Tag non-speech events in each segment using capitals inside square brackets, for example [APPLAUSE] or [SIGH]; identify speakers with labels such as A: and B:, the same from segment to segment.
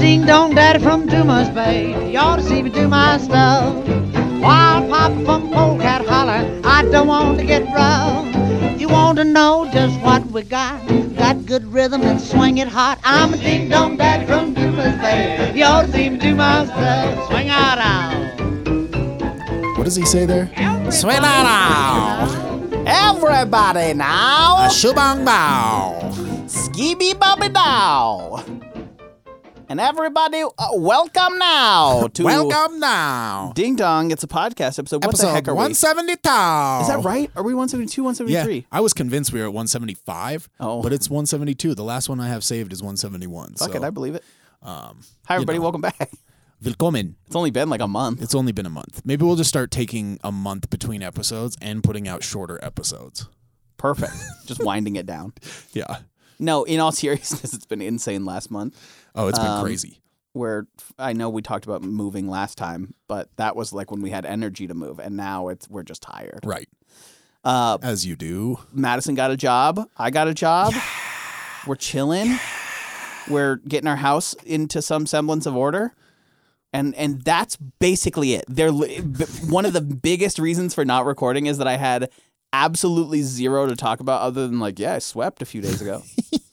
A: Daddy from Dumas Bay, you ought to see me do my stuff. While Papa from Polecat holler, I don't want to get rough. You want to know just what we got? Got good rhythm and swing it hot. I'm a ding dong daddy from Dumas Bay, you ought to see me do my stuff. Swing out, out.
B: What does he say there?
C: Swing out!
D: Everybody
B: Uh,
D: now,
C: Shubang
D: Oh,
C: bow!
D: skibby bobby now. And everybody, uh, welcome now to
C: Welcome now!
D: Ding Dong. It's a podcast episode. What the heck
C: Episode
D: are we? Is
C: 172!
D: that right? Are we 172,
B: Yeah,
D: 173?
B: I was convinced we were at 175,
D: Oh.
B: but it's 172. The last one I have saved is 171.
D: Fuck
B: so um,
D: it, I believe it. Hi, everybody.
B: know.
D: Welcome back. [LAUGHS]
B: Willkommen.
D: It's only been like a month.
B: It's only been a month. Maybe we'll just start taking a month between episodes and putting out shorter episodes. [LAUGHS]
D: Perfect. Just winding it down.
B: Yeah.
D: No, in all seriousness, it's been insane last month.
B: Oh, it's been
D: Um,
B: crazy.
D: Where I know we talked about moving last time, but that was like when we had energy to move, and now it's we're just tired.
B: Right.
D: Uh,
B: As you do.
D: Madison got a job. I got a job. We're chilling. We're getting our house into some semblance of order. And and that's basically it. They're li- b- one of the biggest reasons for not recording is that I had absolutely zero to talk about other than like, yeah, I swept a few days ago.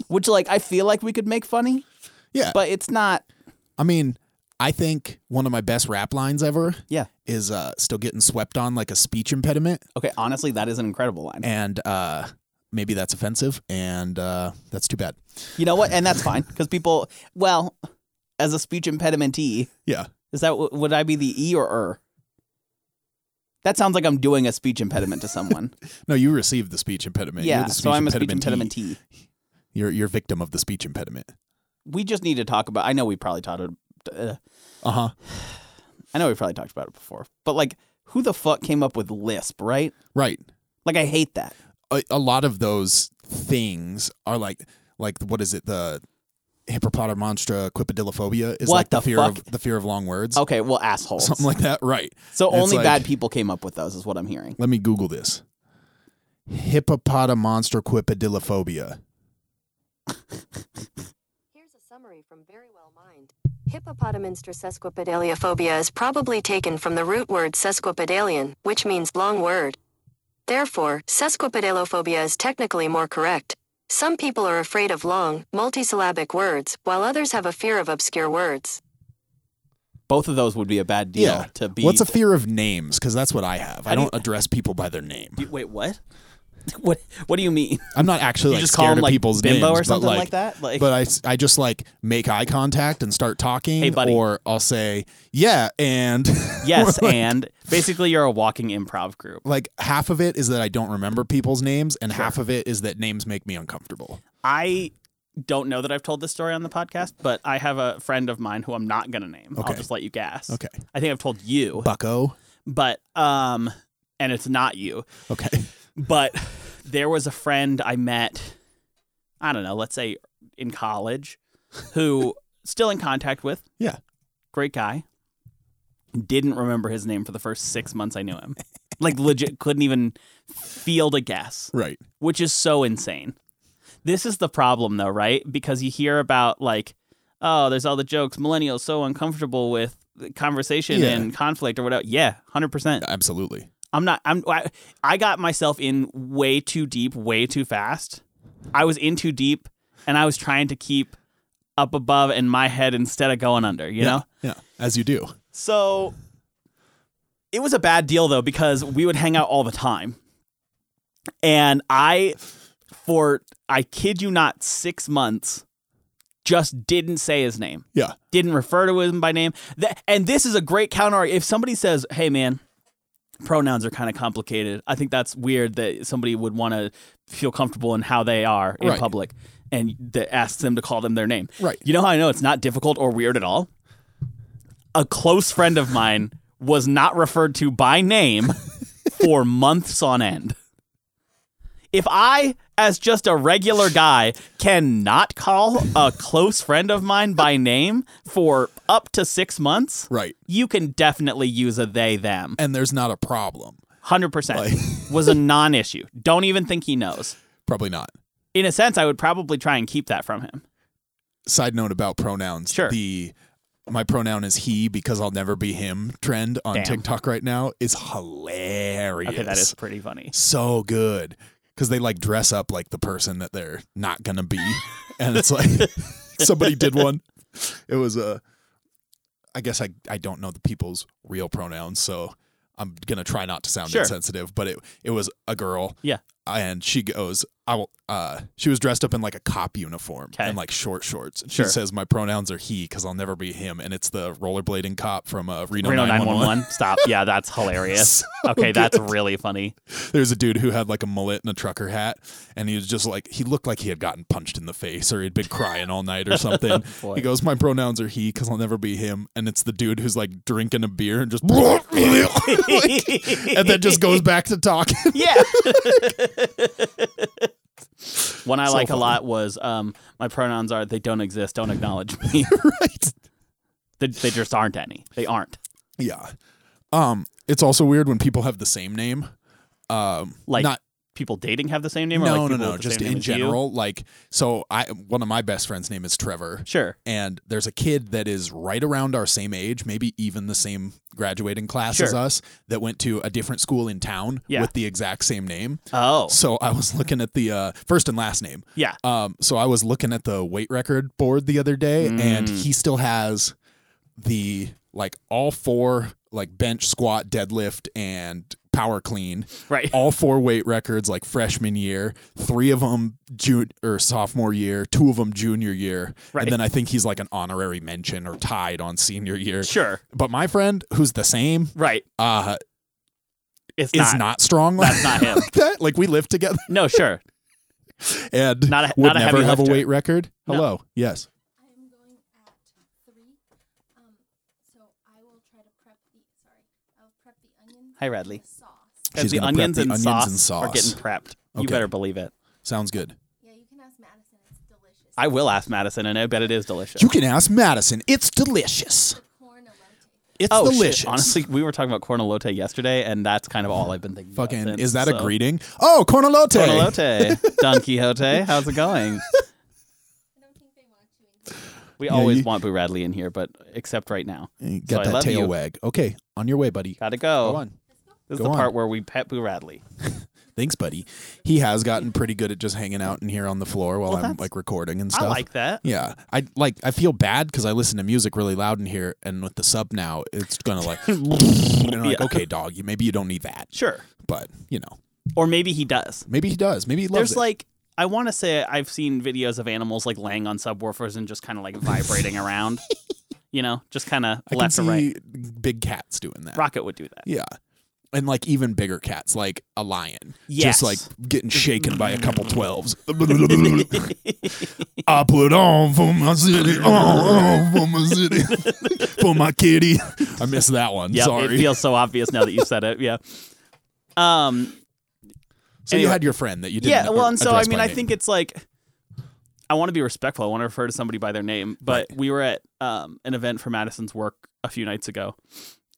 D: Which like I feel like we could make funny,
B: Yeah.
D: but it's not
B: I mean, I think one of my best rap lines ever
D: yeah.
B: is uh, still getting swept on like a speech impediment.
D: Okay, honestly, that is an incredible line.
B: And uh, maybe that's offensive. And uh, that's too bad.
D: You know what? And that's fine because people well, as a speech impedimentee,
B: Yeah.
D: Is that would I be the E or er? That sounds like I'm doing a speech impediment
B: [LAUGHS]
D: to someone.
B: No, you received the speech impediment. You're
D: yeah,
B: the
D: so I'm a speech
B: impedimentee.
D: impedimentee.
B: You're you're victim of the speech impediment.
D: We just need to talk about. I know we probably talked. Uh,
B: Uh huh.
D: I know we probably talked about it before, but like, who the fuck came up with Lisp? Right?
B: Right.
D: Like, I hate that.
B: A, a lot of those things are like like what is it the hippopotamus monstra quipedilophobia is
D: What
B: like the,
D: the
B: fear
D: fuck?
B: of the fear of long words.
D: Okay, well,
B: [LAUGHS]
D: assholes.
B: Something like that, right?
D: so
B: And it's
D: only
B: like-
D: bad people came up with those, is what I'm hearing.
B: Let me Google this. Hippopotamus quipedilophobia.
E: Here's a summary from Very Well Mind. Hippopotaminster sesquipedaliophobia is probably taken from the root word sesquipedalian, which means long word. Therefore, sesquipedalophobia is technically more correct. Some people are afraid of long, multisyllabic words, while others have a fear of obscure words.
D: Both of those would be a bad deal to be.
B: What's a fear of names? Because that's what I have. I
D: do
B: don't address people by their name.
D: You- Wait, what? [LAUGHS] What? What do you mean?
B: I'm not actually
D: You
B: like
D: just call
B: scared
D: him,
B: of
D: like,
B: people's
D: Bimbo
B: names,
D: or something
B: but, like,
D: like that? Like-
B: but I, s- I just like make eye contact and start talking,
D: Hey, buddy.
B: or I'll say yeah, and [LAUGHS]
C: Yes,
B: like,
C: and basically you're a walking improv group.
B: like half of it is that I don't remember people's names, and half of it is that names make me uncomfortable.
C: I don't know that I've told this story on the podcast, but I have a friend of mine who I'm not going to name.
B: Okay.
C: I'll just let you guess.
B: Okay,
C: I think I've told you,
B: Bucko.
C: but um and it's not you.
B: Okay, [LAUGHS]
C: But there was a friend I met I don't know, let's say in college
B: [LAUGHS]
C: who still in contact with.
B: Yeah.
C: Great guy. Didn't remember his name for the first 6 months I knew him. Like legit couldn't even field a guess.
B: right.
C: which is so insane. This is the problem, though, right? Because you hear about like, oh, there's all the jokes millennials so uncomfortable with conversation
B: Yeah.
C: and conflict or whatever. Yeah, hundred percent.
B: Absolutely.
C: I'm not. I'm. I, I got myself in way too deep, way too fast. I was in too deep, and I was trying to keep up above in my head instead of going under. You know.
B: Yeah, as you do.
C: So it was a bad deal though because we would hang out all the time. And I for I kid you not 6 months just didn't say his name.
B: Yeah,
C: Didn't refer to him by name. Th- and this is a great counter if somebody says, "Hey man, pronouns are kind of complicated." I think that's weird that somebody would want to feel comfortable in how they are in
B: Right.
C: public and that asks them to call them their name.
B: Right.
C: You know how I know it's not difficult or weird at all? a close friend of mine was not referred to by name for months on end. If I, as just a regular guy, cannot call a close friend of mine by name for up to six months,
B: right.
C: you can definitely use a they them.
B: And there's not a problem.
C: 100%
B: Like- [LAUGHS]
C: was a non issue. Don't even think he knows.
B: Probably not.
C: In a sense, I would probably try and keep that from him.
B: Side note about pronouns.
C: Sure.
B: The my pronoun is he because I'll never be him trend on
D: Damn.
B: TikTok right now is hilarious.
D: Okay, that is pretty funny.
B: so good because they like dress up like the person that they're not gonna be,
D: [LAUGHS]
B: and it's like [LAUGHS] somebody did one. It was a. I guess I I don't know the people's real pronouns, so I'm gonna try not to sound
D: Sure.
B: insensitive. But it it was a girl,
D: Yeah.
B: and she goes, I will. Uh, she was dressed up in like a cop uniform
D: 'Kay.
B: and like short shorts. And
D: Sure.
B: She says, "My pronouns are he because I'll never be him," and it's the rollerblading cop from uh, Reno, [LAUGHS]
D: Reno
B: 911.
D: 911. Stop. Yeah, that's hilarious.
B: [LAUGHS] So
D: okay, that's
B: good.
D: really funny.
B: There's a dude who had like a mullet and a trucker hat, and he was just like he looked like he had gotten punched in the face or he'd been crying all night
D: [LAUGHS]
B: or
D: Oh,
B: something. he goes, "My pronouns are he because I'll never be him," and it's the dude who's like drinking a beer and
D: [LAUGHS]
B: just [LAUGHS] like, and then just goes back to talking. [LAUGHS]
D: Yeah. One I
B: So
D: like
B: funny.
D: a lot was um, my pronouns are they don't exist, don't acknowledge
B: [LAUGHS]
D: me.
B: right.
D: they, they just aren't any. They aren't.
B: Yeah. Um, it's also weird when people have the same name. Um,
D: Like
B: not
D: people dating have the same name,
B: no,
D: or like
B: no,
D: people
B: no,
D: with the
B: just
D: same name
B: in
D: as you?
B: general. Like, so I one of my best friends' name is Trevor,
D: Sure.
B: and there's a kid that is right around our same age, maybe even the same graduating class as
D: Sure.
B: us, that went to a different school in town
D: Yeah.
B: with the exact same name.
D: Oh,
B: So I was looking at the uh, first and last name.
D: yeah.
B: Um, so I was looking at the weight record board the other day, and
D: Mm.
B: he still has the like all four like bench, squat, deadlift, and power clean.
D: Right.
B: [LAUGHS] All four weight records like freshman year, three of them junior or sophomore year, two of them junior year,
D: Right.
B: and then I think he's like an honorary mention or tied on senior year.
D: [LAUGHS] Sure.
B: But my friend, who's the same,
D: Right.
B: uh,
D: It's
B: is
D: not.
B: not, strong like, [LAUGHS]
D: That's not him.
B: like that. Like we live together [LAUGHS]
D: No, sure.
B: and
D: Not a-
B: would
D: not a
B: never
D: heavy
B: have a
D: lifter.
B: weight record.
D: No.
B: Hello, yes.
F: I am going at three. Um, so I will try to prep the sorry. I'll prep the onions.
D: Hi, Radley.
F: and the sauce.
D: Because
B: She's
D: the
B: gonna prep
D: onions,
B: the
D: and,
B: onions
D: sauce
B: and
D: are
B: sauce.
D: getting prepped. You
B: Okay.
D: better believe it.
B: Sounds good.
F: Yeah, you can ask Madison. It's delicious.
D: I will ask Madison, and I bet it is delicious.
B: You can ask Madison. It's delicious.
F: Corn elote.
B: It's
D: oh, shit.
B: delicious.
D: Honestly, we were talking about cornolote yesterday, and that's kind of all I've been thinking.
B: fucking
D: about since,
B: is that
D: so.
B: a greeting? Oh, cornolote.
D: Cornolote, Don Quixote, how's
B: [LAUGHS]
D: it going?
F: I don't think they want you in here.
D: We
B: Yeah,
D: always
B: you-
D: want Boo Radley in here, but except right now,
B: You
D: So I
B: Got that
D: love
B: tail
D: you.
B: wag. Okay, on your way, buddy.
D: gotta go.
B: Go on.
D: This
B: Go
D: is the
B: on.
D: part where we pet Boo Radley.
B: Thanks, buddy. He has gotten pretty good at just hanging out in here on the floor while I'm
D: that's-
B: like recording and stuff.
D: I like that.
B: yeah, I like. I feel bad because I listen to music really loud in here, and with the sub now, it's gonna
D: [LAUGHS]
B: like. and I'm like,
D: Yeah.
B: okay, dog. You, maybe you don't need that,
D: Sure.
B: but you know,
D: Or maybe he does.
B: maybe he does. Maybe he loves
D: There's
B: it.
D: like I want to say I've seen videos of animals like laying on subwoofers and just kind of like
B: [LAUGHS]
D: vibrating around. You know, just kind of
B: I can
D: left
B: see
D: or right.
B: big cats doing that.
D: Rocket would do that.
B: Yeah. And like even bigger cats, like a lion.
D: Yes.
B: Just like getting shaken by a couple 12s. I put on for my city. Oh, oh, for my city. for my kitty. I missed that one.
D: Yeah,
B: Sorry.
D: it feels so obvious now that you said it.
B: [LAUGHS]
D: Yeah. Um.
B: so you
D: anyway.
B: had your friend that you didn't
D: Yeah. Well,
B: a-
D: and so I
B: address
D: mean,
B: by
D: I
B: name.
D: think it's like I want to be respectful. I want to refer to somebody by their name. But we were at um, an event for Madison's work a few nights ago,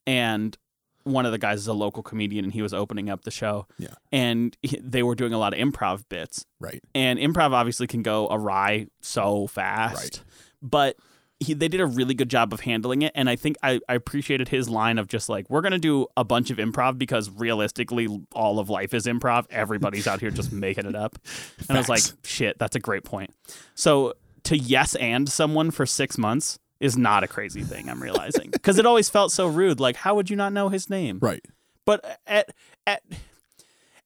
D: and one of the guys is a local comedian, and he was opening up the show.
B: Yeah.
D: And he, they were doing a lot of improv bits,
B: Right.
D: and improv obviously can go awry so fast
B: Right.
D: but he, they did a really good job of handling it and i think I, I appreciated his line of just like we're going to do a bunch of improv because realistically all of life is improv everybody's out
B: [LAUGHS]
D: here just making it up and i was like
B: Facts.
D: shit that's a great point so to yes and someone for six months is not a crazy thing i'm realizing because it always felt so rude like how would you not know his name
B: Right.
D: but at at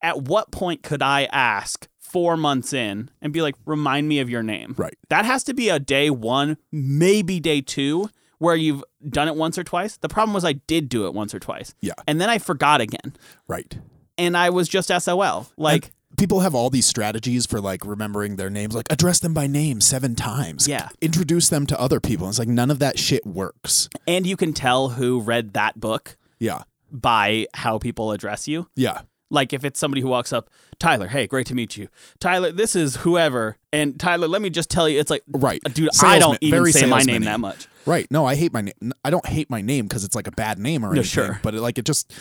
D: at what point could I ask four months in and be like, remind me of your name?
B: Right.
D: That has to be a day one, maybe day two, where you've done it once or twice. The problem was I did do it once or twice.
B: Yeah.
D: And then I forgot again.
B: Right.
D: And I was just SOL. Like
B: And people have all these strategies for like remembering their names, like address them by name seven times.
D: Yeah.
B: Introduce them to other people. It's like none of that shit works.
D: and you can tell who read that book
B: Yeah.
D: by how people address you.
B: Yeah.
D: Like if it's somebody who walks up, Tyler, hey, great to meet you. Tyler, this is whoever. And Tyler, let me just tell you, it's like,
B: Right.
D: dude, I
B: Salesman-
D: don't even
B: very
D: say my name
B: salesman-y.
D: that much.
B: Right. No, I hate my name. I don't hate my name because it's like a bad name or anything.
D: sure.
B: But it, like it just,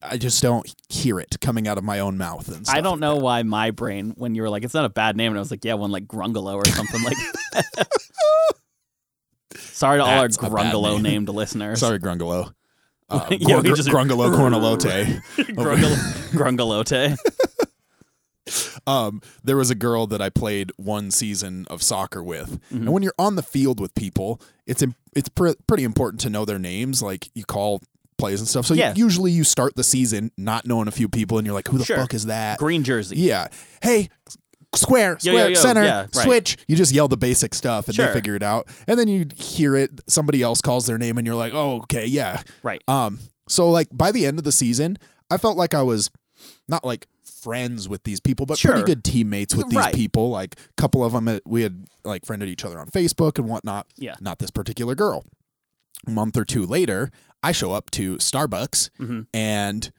B: I just don't hear it coming out of my own mouth. And stuff.
D: I don't know why my brain, when you were like, [LAUGHS] it's not a bad name, and I was like, yeah, one like Grungalo or something like.
C: Sorry to all our
B: That's a bad
C: Grundalo
B: name.
C: named listeners.
D: [LAUGHS]
B: Sorry, Grungalo.
C: [LAUGHS]
B: Uh,
C: Yeah, we
B: Gr-
C: just- [LAUGHS]
B: Grungalo Cornelote.
C: Grundal- Grundalote.
B: um, there was a girl that I played one season of soccer with,
C: Mm-hmm.
B: and when you're on the field with people, it's im- it's pr- pretty important to know their names. Like you call plays and stuff. So
C: Yeah.
B: usually you start the season not knowing a few people, and you're like, "Who the
C: Sure.
B: fuck is that?"
C: Green jersey.
B: Yeah. Hey, square,
C: Yo,
B: square,
C: yo, yo.
B: center,
C: Yeah, right.
B: switch. You just yell the basic stuff and
C: Sure.
B: they figure it out. And then you hear it, somebody else calls their name and you're like, oh, okay, yeah.
C: Right.
D: Uh,
B: Um, so like by the end of the season, I felt like I was not like friends with these people, but
C: Sure.
B: pretty good teammates with these
C: Right.
B: people. Like a couple of them, we had like friended each other on Facebook and whatnot.
C: Yeah.
B: Not this particular girl. A month or two later, I show up to Starbucks
C: Mhm.
B: and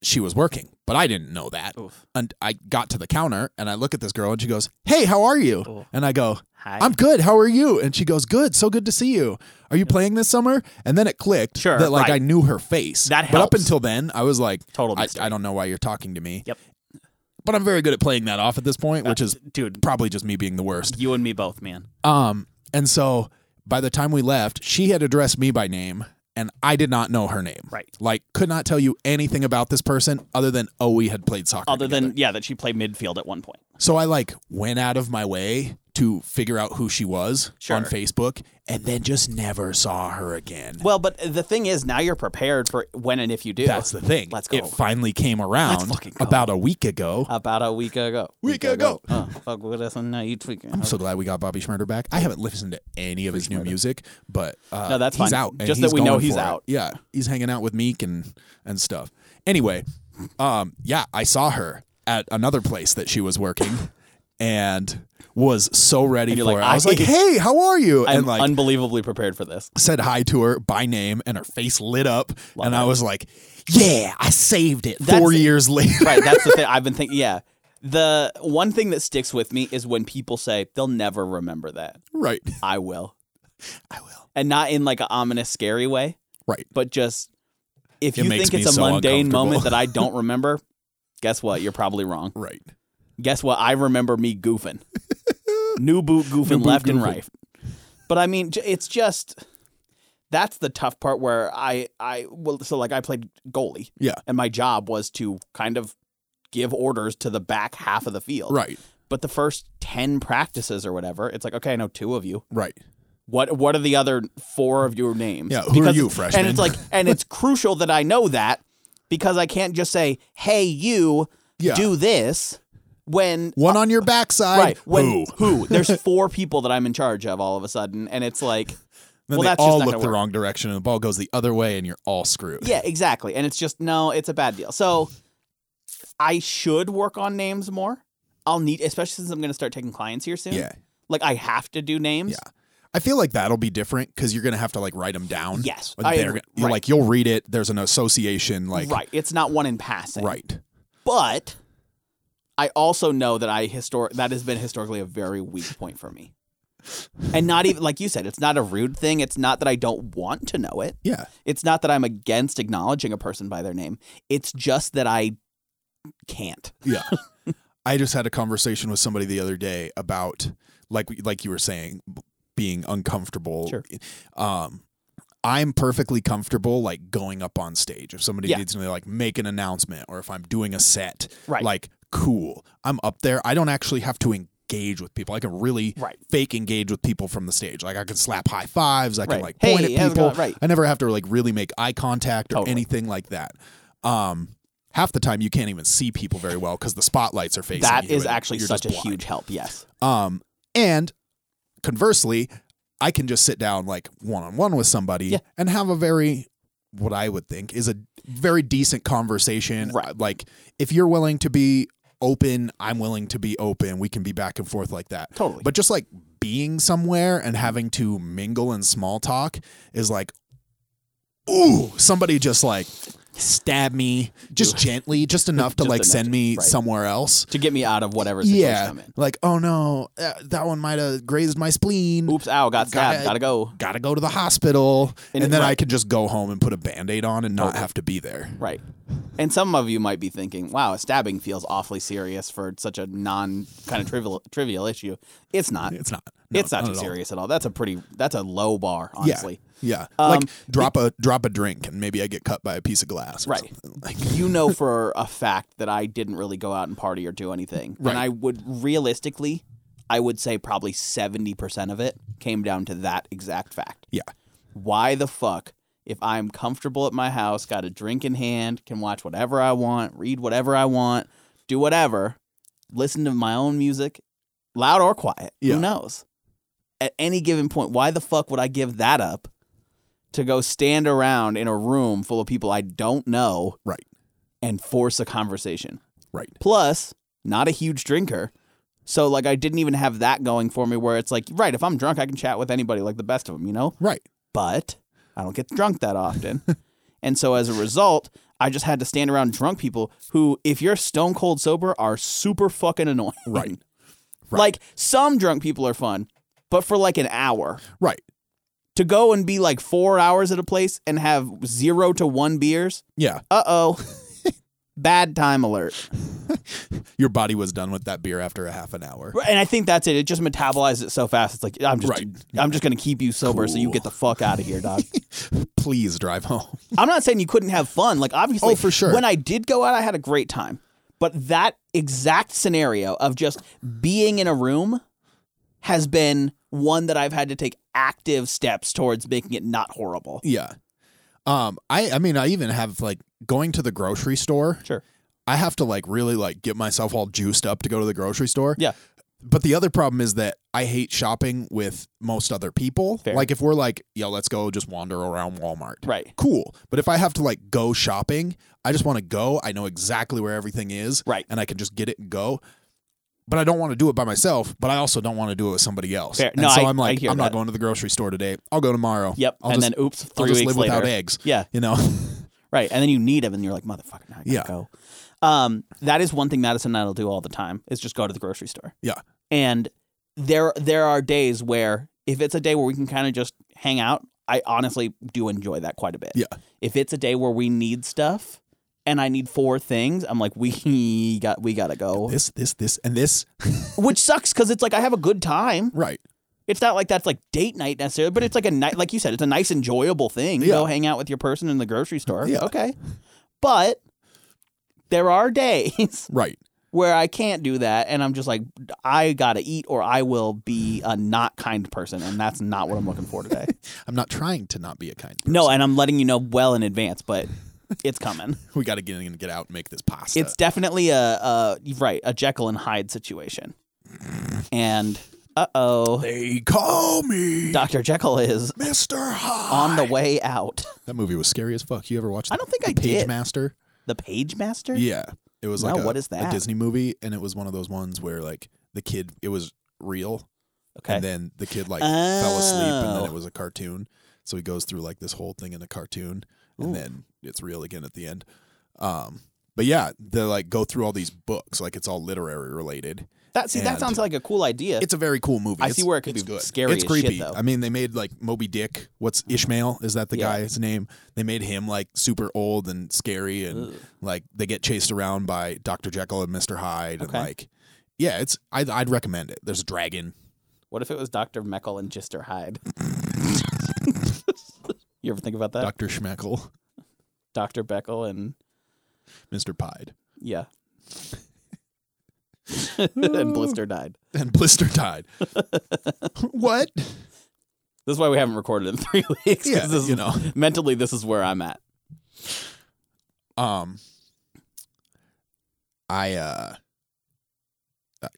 B: she was working, but I didn't know that.
C: Oof.
B: And I got to the counter and I look at this girl and she goes, Hey, how are you?
C: Oh.
B: And I go,
C: Hi.
B: I'm good. How are you? And she goes, Good. So good to see you. Are you playing this summer? And then it clicked
C: Sure,
B: that like
C: right.
B: I knew her face.
C: That
B: But up
C: helps.
B: until then, I was like,
C: Total
B: I,
C: mistake.
B: I don't know why you're talking to me.
C: Yep. Uh,
B: But I'm very good at playing that off at this point, which is
C: Dude,
B: probably just me being the worst.
C: you and me both, man.
D: uh,
B: Um, and so by the time we left, she had addressed me by name and I did not know her name.
C: Right.
B: Like could not tell you anything about this person other than oh we had played soccer.
C: Other
B: together.
C: than, yeah, that she played midfield at one point.
B: So I like went out of my way to figure out who she was
C: Sure.
B: on Facebook and then just never saw her again.
D: Well, but the thing is, now you're prepared for when and if you do.
B: That's the thing.
D: Let's go.
B: It finally came around
C: fucking go.
B: about a week ago.
D: About a week ago.
B: Week ago.
D: Oh, fuck with us and now you tweaking.
B: I'm so glad we got Bobby Schmurder back. I haven't listened to any of his new music, but uh,
D: No, that's
B: he's
D: fine.
B: out. and
D: Just that
B: he's
D: we know
B: going
D: he's
B: for it.
D: out.
B: Yeah, he's hanging out with Meek and and stuff. Anyway, um, yeah, I saw her at another place that she was working, and was so ready
D: you're
B: for
D: like,
B: it. I was
D: I-
B: like, "Hey, how are you?"
D: I'm
B: and like,
D: unbelievably prepared for this.
B: said hi to her by name and her face lit up and I was like, "Yeah, I saved it."
D: That's-
B: 4 years [LAUGHS] later.
D: Right, that's the thing. I've been thinking. Yeah, the one thing that sticks with me is when people say they'll never remember that.
B: right.
D: I will,
B: I will.
D: and not in like an ominous, scary way,
B: Right.
D: but just if
B: It
D: you
B: makes
D: think
B: me
D: it's a
B: so
D: mundane
B: uncomfortable.
D: moment that I don't remember, guess what? You're probably wrong.
B: Right.
D: Guess what? I remember
B: [LAUGHS]
D: me goofing, new boot goofing
B: boot
D: left and
B: goofing.
D: right. But I mean, j- it's just that's the tough part where I I well, so like I played goalie.
B: Yeah.
D: and my job was to kind of give orders to the back half of the field.
B: Right.
D: But the first 10 practices or whatever, it's like, okay, I know two of you.
B: Right.
D: What what are the other four of your names?
B: Yeah, who are you,
D: it's-
B: freshman?
D: And it's like
B: [LAUGHS]
D: and it's crucial that I know that because I can't just say, "Hey, you
B: Yeah.
D: do this" when
B: One on your backside.
D: right, when
B: Who? [LAUGHS]
D: who? There's four people that I'm in charge of all of a sudden and it's like
B: Then
D: well,
B: they
D: that's just
B: all
D: not
B: look
D: gonna
B: the
D: work.
B: wrong direction and the ball goes the other way and you're all screwed.
D: Yeah, exactly. And it's just no, it's a bad deal. So I should work on names more. I'll need especially since I'm going to start taking clients here soon.
B: Yeah.
D: Like I have to do names.
B: Yeah. I feel like that'll be different because you're gonna have to like write them down.
D: Yes,
B: Like,
D: I
B: they're
D: agree.
B: gonna- you're
D: Right.
B: like you'll read it. There's an association. Like
D: right. It's not one in passing.
B: Right.
D: But I also know that I histor that has been historically a very weak point for me. And not even like you said, it's not a rude thing. It's not that I don't want to know it.
B: Yeah.
D: It's not that I'm against acknowledging a person by their name. It's just that I can't.
B: Yeah. [LAUGHS] I just had a conversation with somebody the other day about like like you were saying b- being uncomfortable.
D: Sure.
B: Um I'm perfectly comfortable like going up on stage if somebody
D: Yeah.
B: needs me to like make an announcement or if I'm doing a set.
D: Right.
B: Like cool. I'm up there. I don't actually have to engage with people. I can really
D: Right.
B: fake engage with people from the stage. Like I can slap high fives, I can
D: Right.
B: like
D: Hey,
B: point
D: how's
B: at
D: it
B: people.
D: going? Right.
B: I never have to like really make eye contact or
D: Totally.
B: anything like that. Um half the time you can't even see people very well because the spotlights are facing
D: That
B: you
D: is
B: and
D: actually
B: you're
D: such a
B: just blind.
D: huge help. Yes.
B: um and conversely i can just sit down like one-on-one with somebody
D: Yeah.
B: and have a very what i would think is a very decent conversation
D: Right.
B: like if you're willing to be open i'm willing to be open we can be back and forth like that
D: Totally.
B: but just like being somewhere and having to mingle and small talk is like ooh, somebody just like stab me just gently, just enough to
D: Just
B: like
D: enough
B: send
D: to-
B: me
D: right.
B: somewhere else.
D: To get me out of whatever situation I'm in.
B: Like, oh no, uh, that one might have grazed my spleen.
D: Oops, ow, got stabbed.
B: Gotta-
D: Gotta go.
B: Gotta go to the hospital.
D: And
B: And,
D: it-
B: then I
D: right.
B: can just go home and put a band aid on and not
D: Totally.
B: have to be there.
D: Right. And some of you might be thinking, wow, a stabbing feels awfully serious for such a non kind of trivial trivial issue. It's not.
B: It's not. No,
D: it's not too
B: at all.
D: serious at all. That's a pretty. That's a low bar, honestly. Um,
B: Yeah, yeah. like drop a drop a drink, and maybe I get cut by a piece of glass. Or
D: Right.
B: something. [LAUGHS] Like,
D: You know for a fact that I didn't really go out and party or do anything,
B: Right.
D: and I would realistically, I would say probably seventy percent of it came down to that exact fact.
B: yeah.
D: Why the fuck? If I'm comfortable at my house, got a drink in hand, can watch whatever I want, read whatever I want, do whatever, listen to my own music, loud or quiet,
B: Yeah.
D: who knows? At any given point, why the fuck would I give that up to go stand around in a room full of people I don't know
B: Right.
D: and force a conversation?
B: Right.
D: Plus, not a huge drinker. So, like, I didn't even have that going for me where it's like, right, if I'm drunk, I can chat with anybody, like the best of them, you know?
B: Right.
D: but I don't get drunk that
B: [LAUGHS]
D: often. and so as a result, I just had to stand around drunk people who, if you're stone cold sober, are super fucking annoying. [LAUGHS]
B: Right. Right.
D: Like some drunk people are fun, but for like an hour.
B: Right.
D: To go and be like four hours at a place and have zero to one beers,
B: Yeah.
D: uh
B: [LAUGHS]
D: oh. Bad time alert.
B: Your body was done with that beer after a half an hour.
D: And I think that's it. It just metabolizes it so fast. It's like I'm just
B: Right.
D: I'm just gonna keep you sober so you
B: Cool.
D: get the fuck out of
B: [LAUGHS]
D: here, dog.
B: Please drive [LAUGHS] home.
D: I'm not saying you couldn't have fun. Like obviously,
B: Oh, for sure.
D: When I did go out, I had a great time. But that exact scenario of just being in a room has been one that I've had to take active steps towards making it not horrible.
B: Yeah. Um. I. I mean. I even have like going to the grocery store.
D: Sure.
B: I have to like really like get myself all juiced up to go to the grocery store.
D: Yeah.
B: But the other problem is that I hate shopping with most other people.
D: Fair.
B: Like if we're like, yo, let's go just wander around Walmart.
D: Right.
B: Cool. But if I have to like go shopping, I just want to go. I know exactly where everything is.
D: Right.
B: And I can just get it and go. But I don't want to do it by myself, but I also don't want to do it with somebody else.
D: Fair.
B: And
D: No,
B: so
D: I-
B: am like,
D: I hear
B: am not
D: that.
B: going to the grocery store today. I'll go tomorrow.
D: Yep.
B: I'll
D: and
B: just,
D: then oops, 3
B: I'll just
D: weeks
B: live
D: later.
B: without eggs.
D: Yeah.
B: You know? [LAUGHS]
D: Right. And then you need them, and you're like, motherfucker, now I gotta
B: Yeah.
D: go. Um, that is one thing Madison and I'll do all the time is just go to the grocery store.
B: yeah.
D: And there there are days where if it's a day where we can kind of just hang out, I honestly do enjoy that quite a bit.
B: Yeah.
D: If it's a day where we need stuff and I need four things, I'm like, we [LAUGHS] got we gotta go.
B: This, this, this, and this.
D: Which sucks because it's like I have a good time.
B: Right.
D: It's not like that's like date night necessarily, but it's like a night, like you said, it's a nice, enjoyable thing.
B: Yeah.
D: Go hang out with your person in the grocery store.
B: Yeah.
D: Okay. But there are days [LAUGHS]
B: Right.
D: where I can't do that, and I'm just like, I gotta eat, or I will be a not kind person, and that's not what I'm looking
B: [LAUGHS]
D: for today.
B: I'm not trying to not be a kind person.
D: no, and I'm letting you know well in advance, but
B: [LAUGHS]
D: it's coming.
B: We got to get in and get out and make this pasta.
D: It's definitely a, a right a Jekyll and Hyde situation, and uh oh,
B: they call me
D: Doctor Jekyll is
B: Mr. Hyde.
D: on the way out.
B: that movie was scary as fuck. You ever watched?
D: I don't think
B: The
D: I
B: Page
D: did.
B: Master.
D: The page master.
B: Yeah, it was like
D: No,
B: a,
D: what is
B: a
D: that?
B: Disney movie, and it was one of those ones where like the kid, it was real,
D: Okay.
B: and then the kid like fell asleep, and then
D: Oh.
B: it was a cartoon. So he goes through like this whole thing in a cartoon, and then it's real again at the end. Um, but yeah, they like go through all these books, like it's all literary related.
D: that see
B: and-
D: that sounds like a cool idea.
B: It's a very cool movie.
D: I
B: It's-
D: see where it could
B: it's
D: be
B: good.
D: scary
B: It's
D: as shit,
B: creepy.
D: though.
B: I mean, they made like Moby Dick. What's Ishmael? Is that the
D: Yeah.
B: guy's name? They made him like super old and scary, and like they get chased around by Doctor Jekyll and Mister Hyde, and
D: Okay.
B: like, yeah, it's. I'd, I'd recommend it. There's a dragon.
D: what if it was Doctor Meckle and Gister
B: [LAUGHS]
D: Hyde? you ever think about that?
B: Doctor Schmeckle, [LAUGHS]
D: Doctor Beckle and
B: Mister Pied, [LAUGHS]
D: Yeah. and Blister died.
B: and [LAUGHS] Blister
D: [LAUGHS]
B: Tide. what?
D: This is why we haven't recorded in three [LAUGHS] weeks. 'cause
B: Yeah,
D: this is-
B: you know.
D: mentally, this is where I'm at.
B: Um, I uh,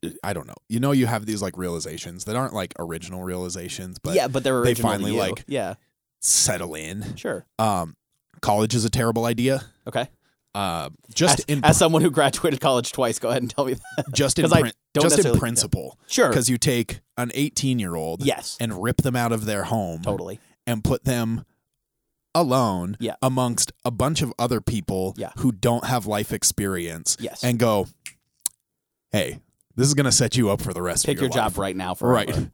B: I- I don't know. You know, you have these like realizations that aren't like original realizations, but
D: yeah, but they're
B: they
D: original to
B: finally,
D: you.
B: like-
D: Yeah,
B: settle in.
D: sure.
B: Um, college is a terrible idea.
D: Okay.
B: Uh,
D: As,
B: just in
D: as someone who graduated college twice, go ahead and tell me
B: [LAUGHS]
D: that.
B: just in
D: 'cause I
B: prin-
D: don't
B: just in
D: necessarily-
B: principle,
D: Sure.
B: because you take an 18 year old
D: Yes.
B: and rip them out of their home
D: Totally.
B: and put them alone
D: Yeah.
B: amongst a bunch of other people
D: Yeah.
B: who don't have life experience
D: Yes.
B: and go, hey, this is gonna set you up for the rest
D: Take
B: of your,
D: your, job
B: life.
D: right now for
B: Right.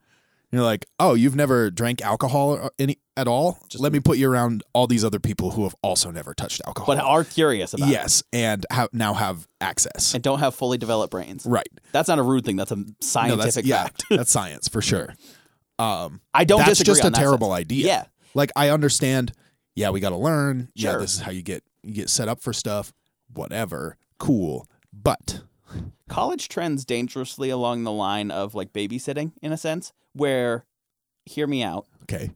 B: You're like, oh, you've never drank alcohol or any at all. Let me put you around all these other people who have also never touched alcohol.
D: But are curious about it
B: yes, and ha- now have access.
D: and don't have fully developed brains.
B: right.
D: That's not a rude thing. That's a
B: No, that's
D: scientific
B: yeah,
D: fact. [LAUGHS]
B: that's science for sure. Um,
D: I don't
B: that's
D: disagree
B: just a
D: on that
B: terrible
D: sense.
B: idea.
D: Yeah.
B: Like I understand. Yeah, we got to learn. Yeah,
D: Sure.
B: this is how you get you get set up for stuff. Whatever. Cool. But
D: college trends dangerously along the line of like babysitting in a sense where hear me out
B: okay.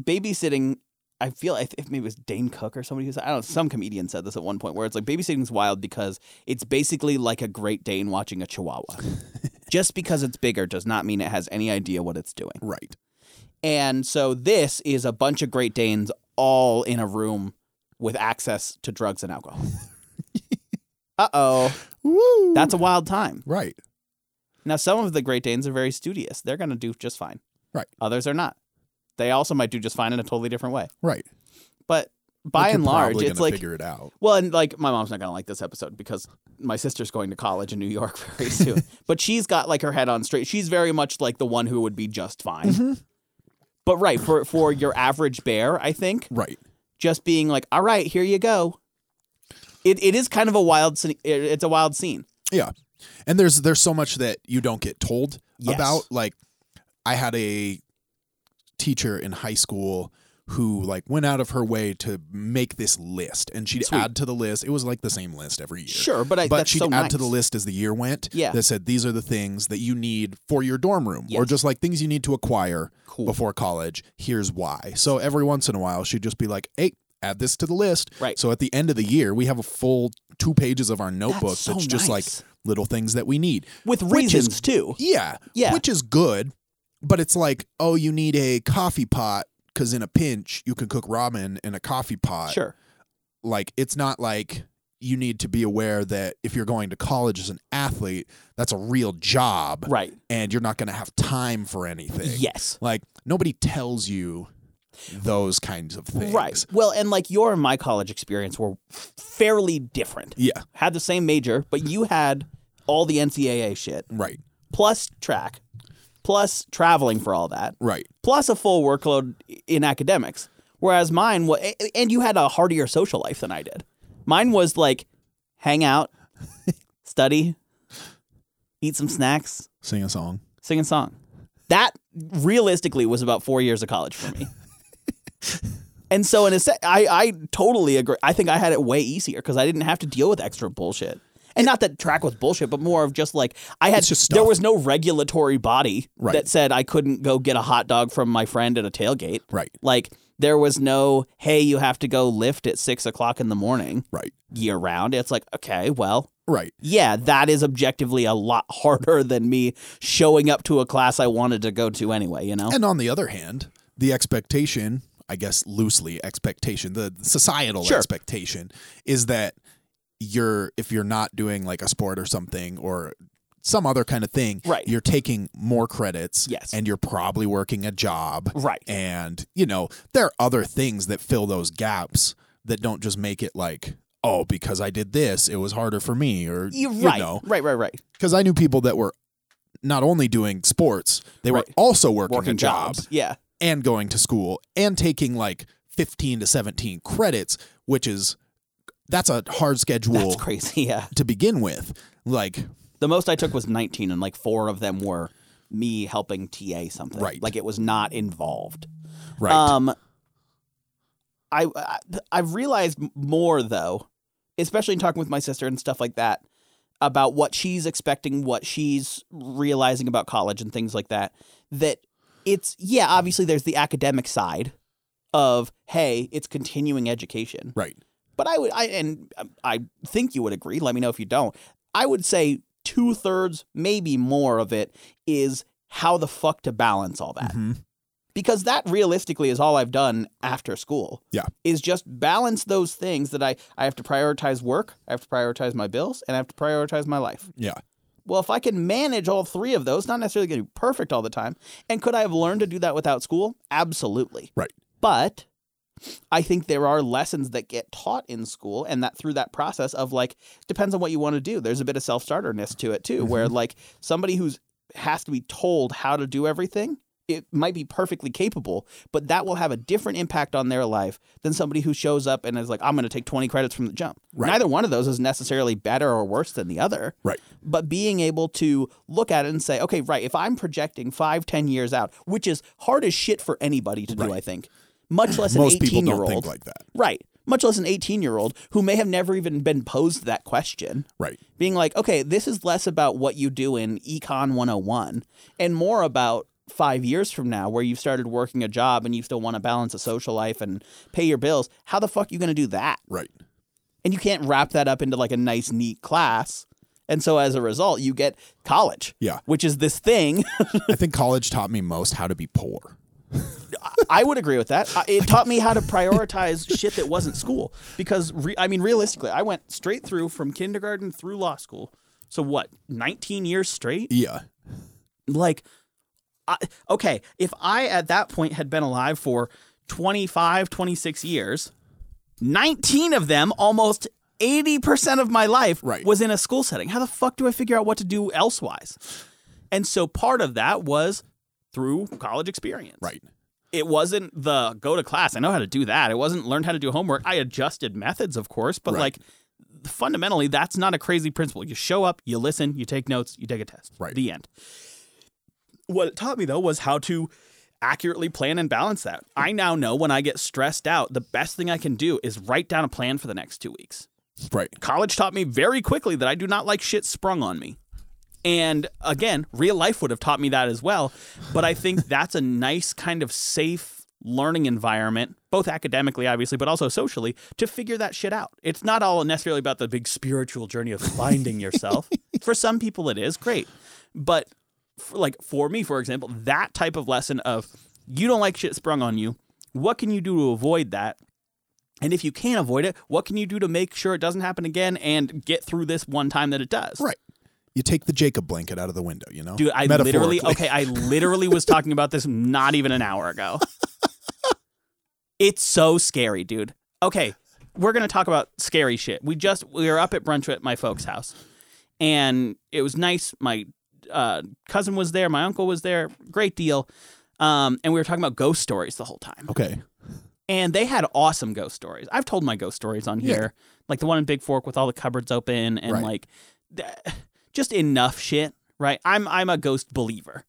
D: babysitting i feel I think maybe it was dane cook or somebody who's i don't know some comedian said this at one point where it's like babysitting's wild because it's basically like a great dane watching
B: [LAUGHS]
D: a chihuahua just because it's bigger does not mean it has any idea what it's doing
B: Right.
D: and so this is a bunch of great danes all in a room with access to drugs
B: [LAUGHS]
D: and alcohol uh-oh
B: Woo.
D: that's a wild time
B: right.
D: Now, some of the Great Danes are very studious. They're going to do just fine.
B: Right.
D: Others are not. They also might do just fine in a totally different way.
B: Right.
D: But by
B: Like,
D: and
B: you're
D: large,
B: probably
D: it's
B: gonna
D: like,
B: figure it out.
D: well, and like my mom's not going to like this episode because my sister's going to college in New York [LAUGHS] very soon. but she's got like her head on straight. She's very much like the one who would be just fine. But right, for, for your average bear, I think,
B: Right.
D: just being like, all right, here you go. It, it is kind of a wild scene. It's a wild scene.
B: Yeah. And there's there's so much that you don't get told
D: Yes.
B: about. Like I had a teacher in high school who like went out of her way to make this list and she'd add to the list. It was like the same list every year.
D: Sure, but I-
B: but
D: that's
B: she'd
D: so
B: add to
D: nice.
B: the list as the year went.
D: Yeah.
B: That said these are the things that you need for your dorm room or
D: Yes.
B: just like things you need to acquire
D: Cool.
B: before college. Here's why. So every once in a while she'd just be like, Hey, add this to the list.
D: Right.
B: So at the end of the year, we have a full two pages of our notebook that's,
D: so
B: just like
D: nice.
B: little things that we need.
D: With
B: Which is-
D: reasons, too.
B: Yeah.
D: Yeah.
B: Which is good, but it's like, oh, you need a coffee pot because in a pinch, you can cook ramen in a coffee pot.
D: Sure.
B: Like, it's not like you need to be aware that if you're going to college as an athlete, that's a real job.
D: Right.
B: And you're not going to have time for anything.
D: Yes.
B: Like, nobody tells you those kinds of things.
D: Right. Well, and like your and my college experience were fairly different.
B: Yeah.
D: Had the same major, but you had all the NCAA shit,
B: Right.
D: plus track, plus traveling for all that,
B: Right.
D: plus a full workload i- in academics. Whereas mine was, and you had a heartier social life than I did. Mine was like hang out, [LAUGHS] study, eat some snacks,
B: Sing a song.
D: sing a song. That realistically was about four years of college for
B: [LAUGHS]
D: me. and so, in a se- I, I totally agree. I think I had it way easier because I didn't have to deal with extra bullshit. And not that track was bullshit, but more of just like I had.
B: It's just stuff.
D: there was no regulatory body
B: Right.
D: that said I couldn't go get a hot dog from my friend at a tailgate.
B: Right.
D: Like there was no hey, you have to go lift at six o'clock in the morning
B: Right.
D: year round. It's like okay, well,
B: Right.
D: yeah, that is objectively a lot [LAUGHS] harder than me showing up to a class I wanted to go to anyway, you know?
B: And on the other hand, the expectation, I guess loosely expectation, the societal
D: Sure.
B: expectation is that you're if you're not doing like a sport or something or some other kind of thing,
D: Right.
B: you're taking more credits
D: Yes.
B: and you're probably working a job.
D: Right.
B: And, you know, there are other things that fill those gaps that don't just make it like, oh, because I did this, it was harder for me or
D: You-
B: you
D: right,
B: know
D: right, right, right.
B: because I knew people that were not only doing sports, they were
D: Right.
B: also working, a
D: Working
B: job
D: jobs. Yeah.
B: and going to school and taking like 15 to 17 credits, which is that's a hard schedule
D: That's crazy. [LAUGHS] Yeah.
B: to begin with. Like,
D: The most I took was 19, and like four of them were me helping TA something.
B: Right.
D: Like it was not involved.
B: right,
D: Um, I, I I've realized m- more though, especially in talking with my sister and stuff like that, about what she's expecting, what she's realizing about college and things like that. That it's yeah, obviously there's the academic side of hey, it's continuing education,
B: right,
D: but I would I and um, I think you would agree. Let me know if you don't. I would say two thirds, maybe more of it is how the fuck to balance all that
B: Mhm.
D: because that realistically is all I've done after school.
B: Yeah.
D: Is just balance those things that I I have to prioritize work, I have to prioritize my bills, and I have to prioritize my life.
B: yeah,
D: Well, if I can manage all three of those, not necessarily going to be perfect all the time, and could I have learned to do that without school? Absolutely.
B: right,
D: But I think there are lessons that get taught in school, and that through that process of like depends on what you want to do. There's a bit
B: Mm-hmm.
D: of self starterness to it too, where like somebody who's has to be told how to do everything it might be perfectly capable, but that will have a different impact on their life than somebody who shows up and is like, I'm going to take 20 credits from the jump.
B: Right.
D: Neither one of those is necessarily better or worse than the other.
B: Right.
D: But being able to look at it and say, okay, right, if I'm projecting five, 10 years out, which is hard as shit for anybody to do, I think, much less
B: Most
D: an
B: people
D: 18
B: don't
D: year
B: think
D: old.
B: like that.
D: Right. Much less an 18 year old who may have never even been posed that question
B: Right.
D: being like, okay, this is less about what you do in Econ 101 and more about five years from now where you've started working a job and you still want to balance a social life and pay your bills. How the fuck are you going to do that?
B: Right.
D: And you can't wrap that up into like a nice, neat class. And so as a result, you get college.
B: Yeah.
D: Which is this thing. [LAUGHS]
B: I think college taught me most how to be poor.
D: I would agree with that. I- It taught me how to prioritize shit that wasn't school because re- I mean realistically, I went straight through from kindergarten through law school. So what? 19 years straight?
B: Yeah.
D: like I, okay if i at that point had been alive for 25 26 years 19 of them almost 80% of my life
B: Right.
D: was in a school setting how the fuck do i figure out what to do elsewise and so part of that was through college experience
B: Right.
D: it wasn't the go to class i know how to do that it wasn't learn how to do homework i adjusted methods of course but
B: Right.
D: like fundamentally that's not a crazy principle you show up you listen you take notes you take a test
B: Right.
D: the end what it taught me though was how to accurately plan and balance that. I now know when I get stressed out, the best thing I can do is write down a plan for the next two weeks.
B: Right.
D: College taught me very quickly that I do not like shit sprung on me. And again, real life would have taught me that as well. But I think that's a nice kind of safe learning environment, both academically, obviously, but also socially, to figure that shit out. It's not all necessarily about the big spiritual journey of finding yourself. for some people, it is great. But for, like for me, for example, that type of lesson of you don't like shit sprung on you. What can you do to avoid that? And if you can't avoid it, what can you do to make sure it doesn't happen again and get through this one time that it does?
B: Right. You take the Jacob blanket out of the window, you know?
D: Dude, I literally
B: Metaphorically.
D: okay, I literally was talking about this not even an hour ago. it's so scary, dude. Okay, we're gonna talk about scary shit. We just we were up at brunch at my folks' house, and it was nice. My uh, cousin was there, my uncle was there. Great deal. Um, and we were talking about ghost stories the whole time
B: Okay.
D: and they had awesome ghost stories. I've told my ghost stories on
B: Yeah.
D: here, like the one in Big Fork with all the cupboards open and
B: Right.
D: like th- [SIGHS] just enough shit. Right, I'm I'm a ghost believer,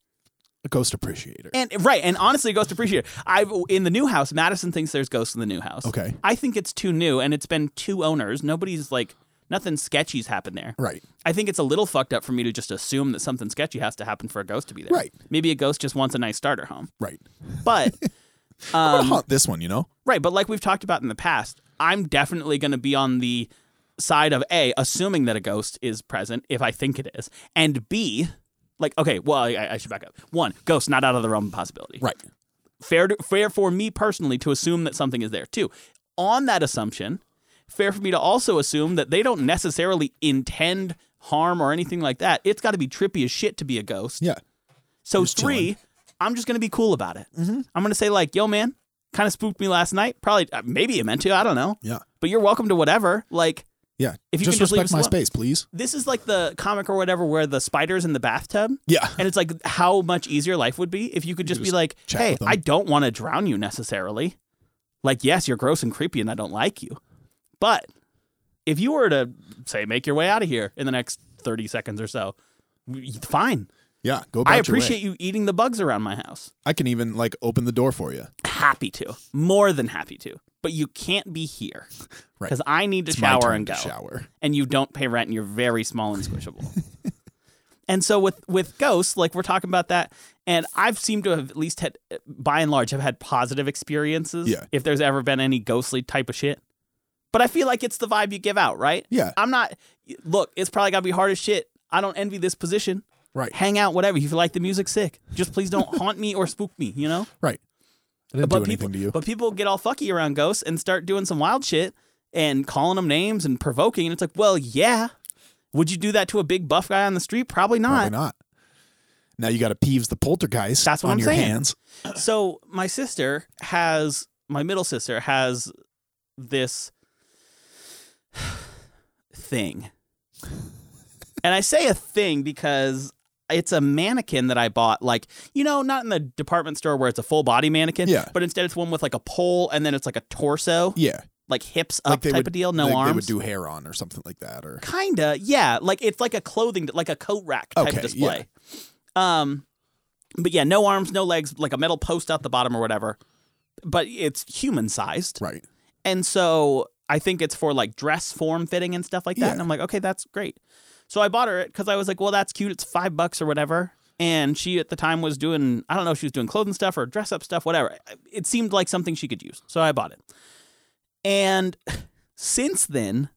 B: A ghost appreciator.
D: and right, and honestly, a ghost appreciator. I've in the new house. Madison thinks there's ghosts in the new house.
B: Okay.
D: I think it's too new, and it's been two owners. Nobody's like nothing sketchy's happened there.
B: Right.
D: I think it's a little fucked up for me to just assume that something sketchy has to happen for a ghost to be there.
B: Right.
D: Maybe a ghost just wants a nice starter home,
B: Right. [LAUGHS]
D: but
B: I'm
D: Um,
B: gonna haunt this one, you know?
D: Right, but like we've talked about in the past, I'm definitely going to be on the side of A, assuming that a ghost is present if I think it is, and B, like okay, well I, I should back up. One, ghost not out of the realm of possibility.
B: Right.
D: Fair, to, fair for me personally to assume that something is there. Two, on that assumption, fair for me to also assume that they don't necessarily intend harm or anything like that. It's got to be trippy as shit to be a ghost.
B: Yeah.
D: So
B: Just
D: three,
B: chilling. Mm-hmm.
D: I'm just gonna be cool about it. I'm gonna say like, "Yo, man, kind of spooked me last night. Probably, uh, maybe you meant to. I don't know.
B: Yeah.
D: But you're welcome to whatever. Like,
B: Yeah.
D: If you
B: just
D: can just leave
B: respect
D: us
B: my
D: alone.
B: space, please.
D: this is like the comic or whatever where the spider's in the bathtub,
B: Yeah.
D: and it's like how much easier life would be if you could just be
B: just
D: like,
B: chat
D: "Hey,
B: with them.
D: I don't want to drown you necessarily. Like, yes, you're gross and creepy, and I don't like you, but if you were to say make your way out of here in the next 30 seconds or so, w- fine.
B: Yeah. Go about
D: I
B: your
D: appreciate
B: way.
D: you eating the bugs around my house.
B: I can even like open the door for you.
D: happy to, more than happy to. But you can't be here
B: [LAUGHS] Right.
D: because I need to
B: It's my
D: shower
B: turn
D: and
B: to
D: go,
B: Shower.
D: and you don't pay rent, and you're very small and squishable.
B: [LAUGHS]
D: and so with with ghosts, like we're talking about that, and I've seemed to have at least had, by and large, have had positive experiences.
B: Yeah.
D: If there's ever been any ghostly type of shit. But I feel like it's the vibe you give out, right?
B: Yeah.
D: I'm not. Look, it's probably gotta be hard as shit. I don't envy this position.
B: Right.
D: Hang out, whatever. If you like the music, sick. Just please don't [LAUGHS] haunt me or spook me. You know.
B: Right. I didn't do anything
D: people,
B: to you.
D: But people get all fucky around ghosts and start doing some wild shit and calling them names and provoking. And it's like, well, yeah. Would you do that to a big buff guy on the street? Probably
B: Probably
D: not.
B: not. Now you got to peeves the poltergeist
D: That's what
B: on
D: I'm
B: your
D: saying.
B: hands.
D: So my sister has my middle sister has this [SIGHS] thing. And I say a thing because it's a mannequin that I bought, like you know, not in the department store where it's a full body mannequin,
B: Yeah.
D: but instead it's one with like a pole and then it's like a torso,
B: Yeah.
D: like hips up
B: Like they
D: type
B: would,
D: of deal, no
B: they,
D: arms.
B: They would do hair on or something like that. Or
D: Kinda, yeah. Like it's like a clothing, like a coat rack type
B: Okay,
D: display. Um, but yeah, no arms, no legs, like a metal post out the bottom or whatever. But it's human sized,
B: right.
D: and so I think it's for like dress form fitting and stuff like that.
B: Yeah.
D: And I'm like, okay, that's great. So I bought her it because I was like, well, that's cute. It's five bucks or whatever. And she at the time was doing, I don't know, if she was doing clothing stuff or dress up stuff, whatever. It seemed like something she could use. So I bought it. And since then,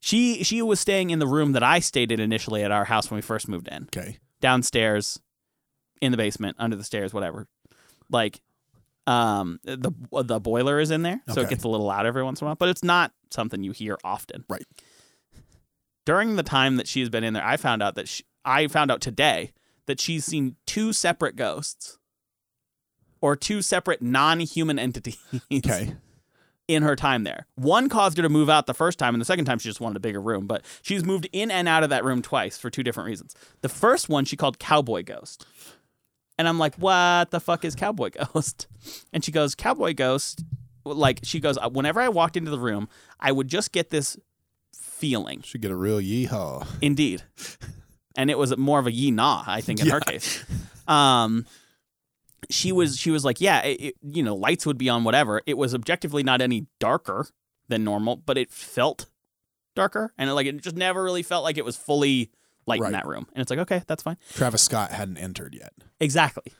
D: she she was staying in the room that I stayed in initially at our house when we first moved in
B: Okay.
D: downstairs, in the basement, under the stairs, whatever. Like, um, the the boiler is in there, so it
B: Okay.
D: gets a little loud every once in a while, but it's not something you hear often.
B: Right.
D: During the time that she's been in there, I found out that she, I found out today that she's seen two separate ghosts, or two separate non-human entities
B: Okay.
D: in her time there. One caused her to move out the first time, and the second time she just wanted a bigger room. But she's moved in and out of that room twice for two different reasons. The first one she called Cowboy Ghost. And I'm like, what the fuck is Cowboy [LAUGHS] Ghost? And she goes, Cowboy Ghost. Like, she goes, whenever I walked into the room, I would just get this feeling.
B: Should get a real yeehaw.
D: Indeed. And it was more of a ye nah, I think, in her case. Um, she was she was like, yeah, it, it- you know, lights would be on, whatever. It was objectively not any darker than normal, but it felt darker, and it, like it just never really felt like it was fully light in
B: Right.
D: that room. And it's like, okay, that's fine.
B: Travis Scott hadn't entered yet.
D: Exactly.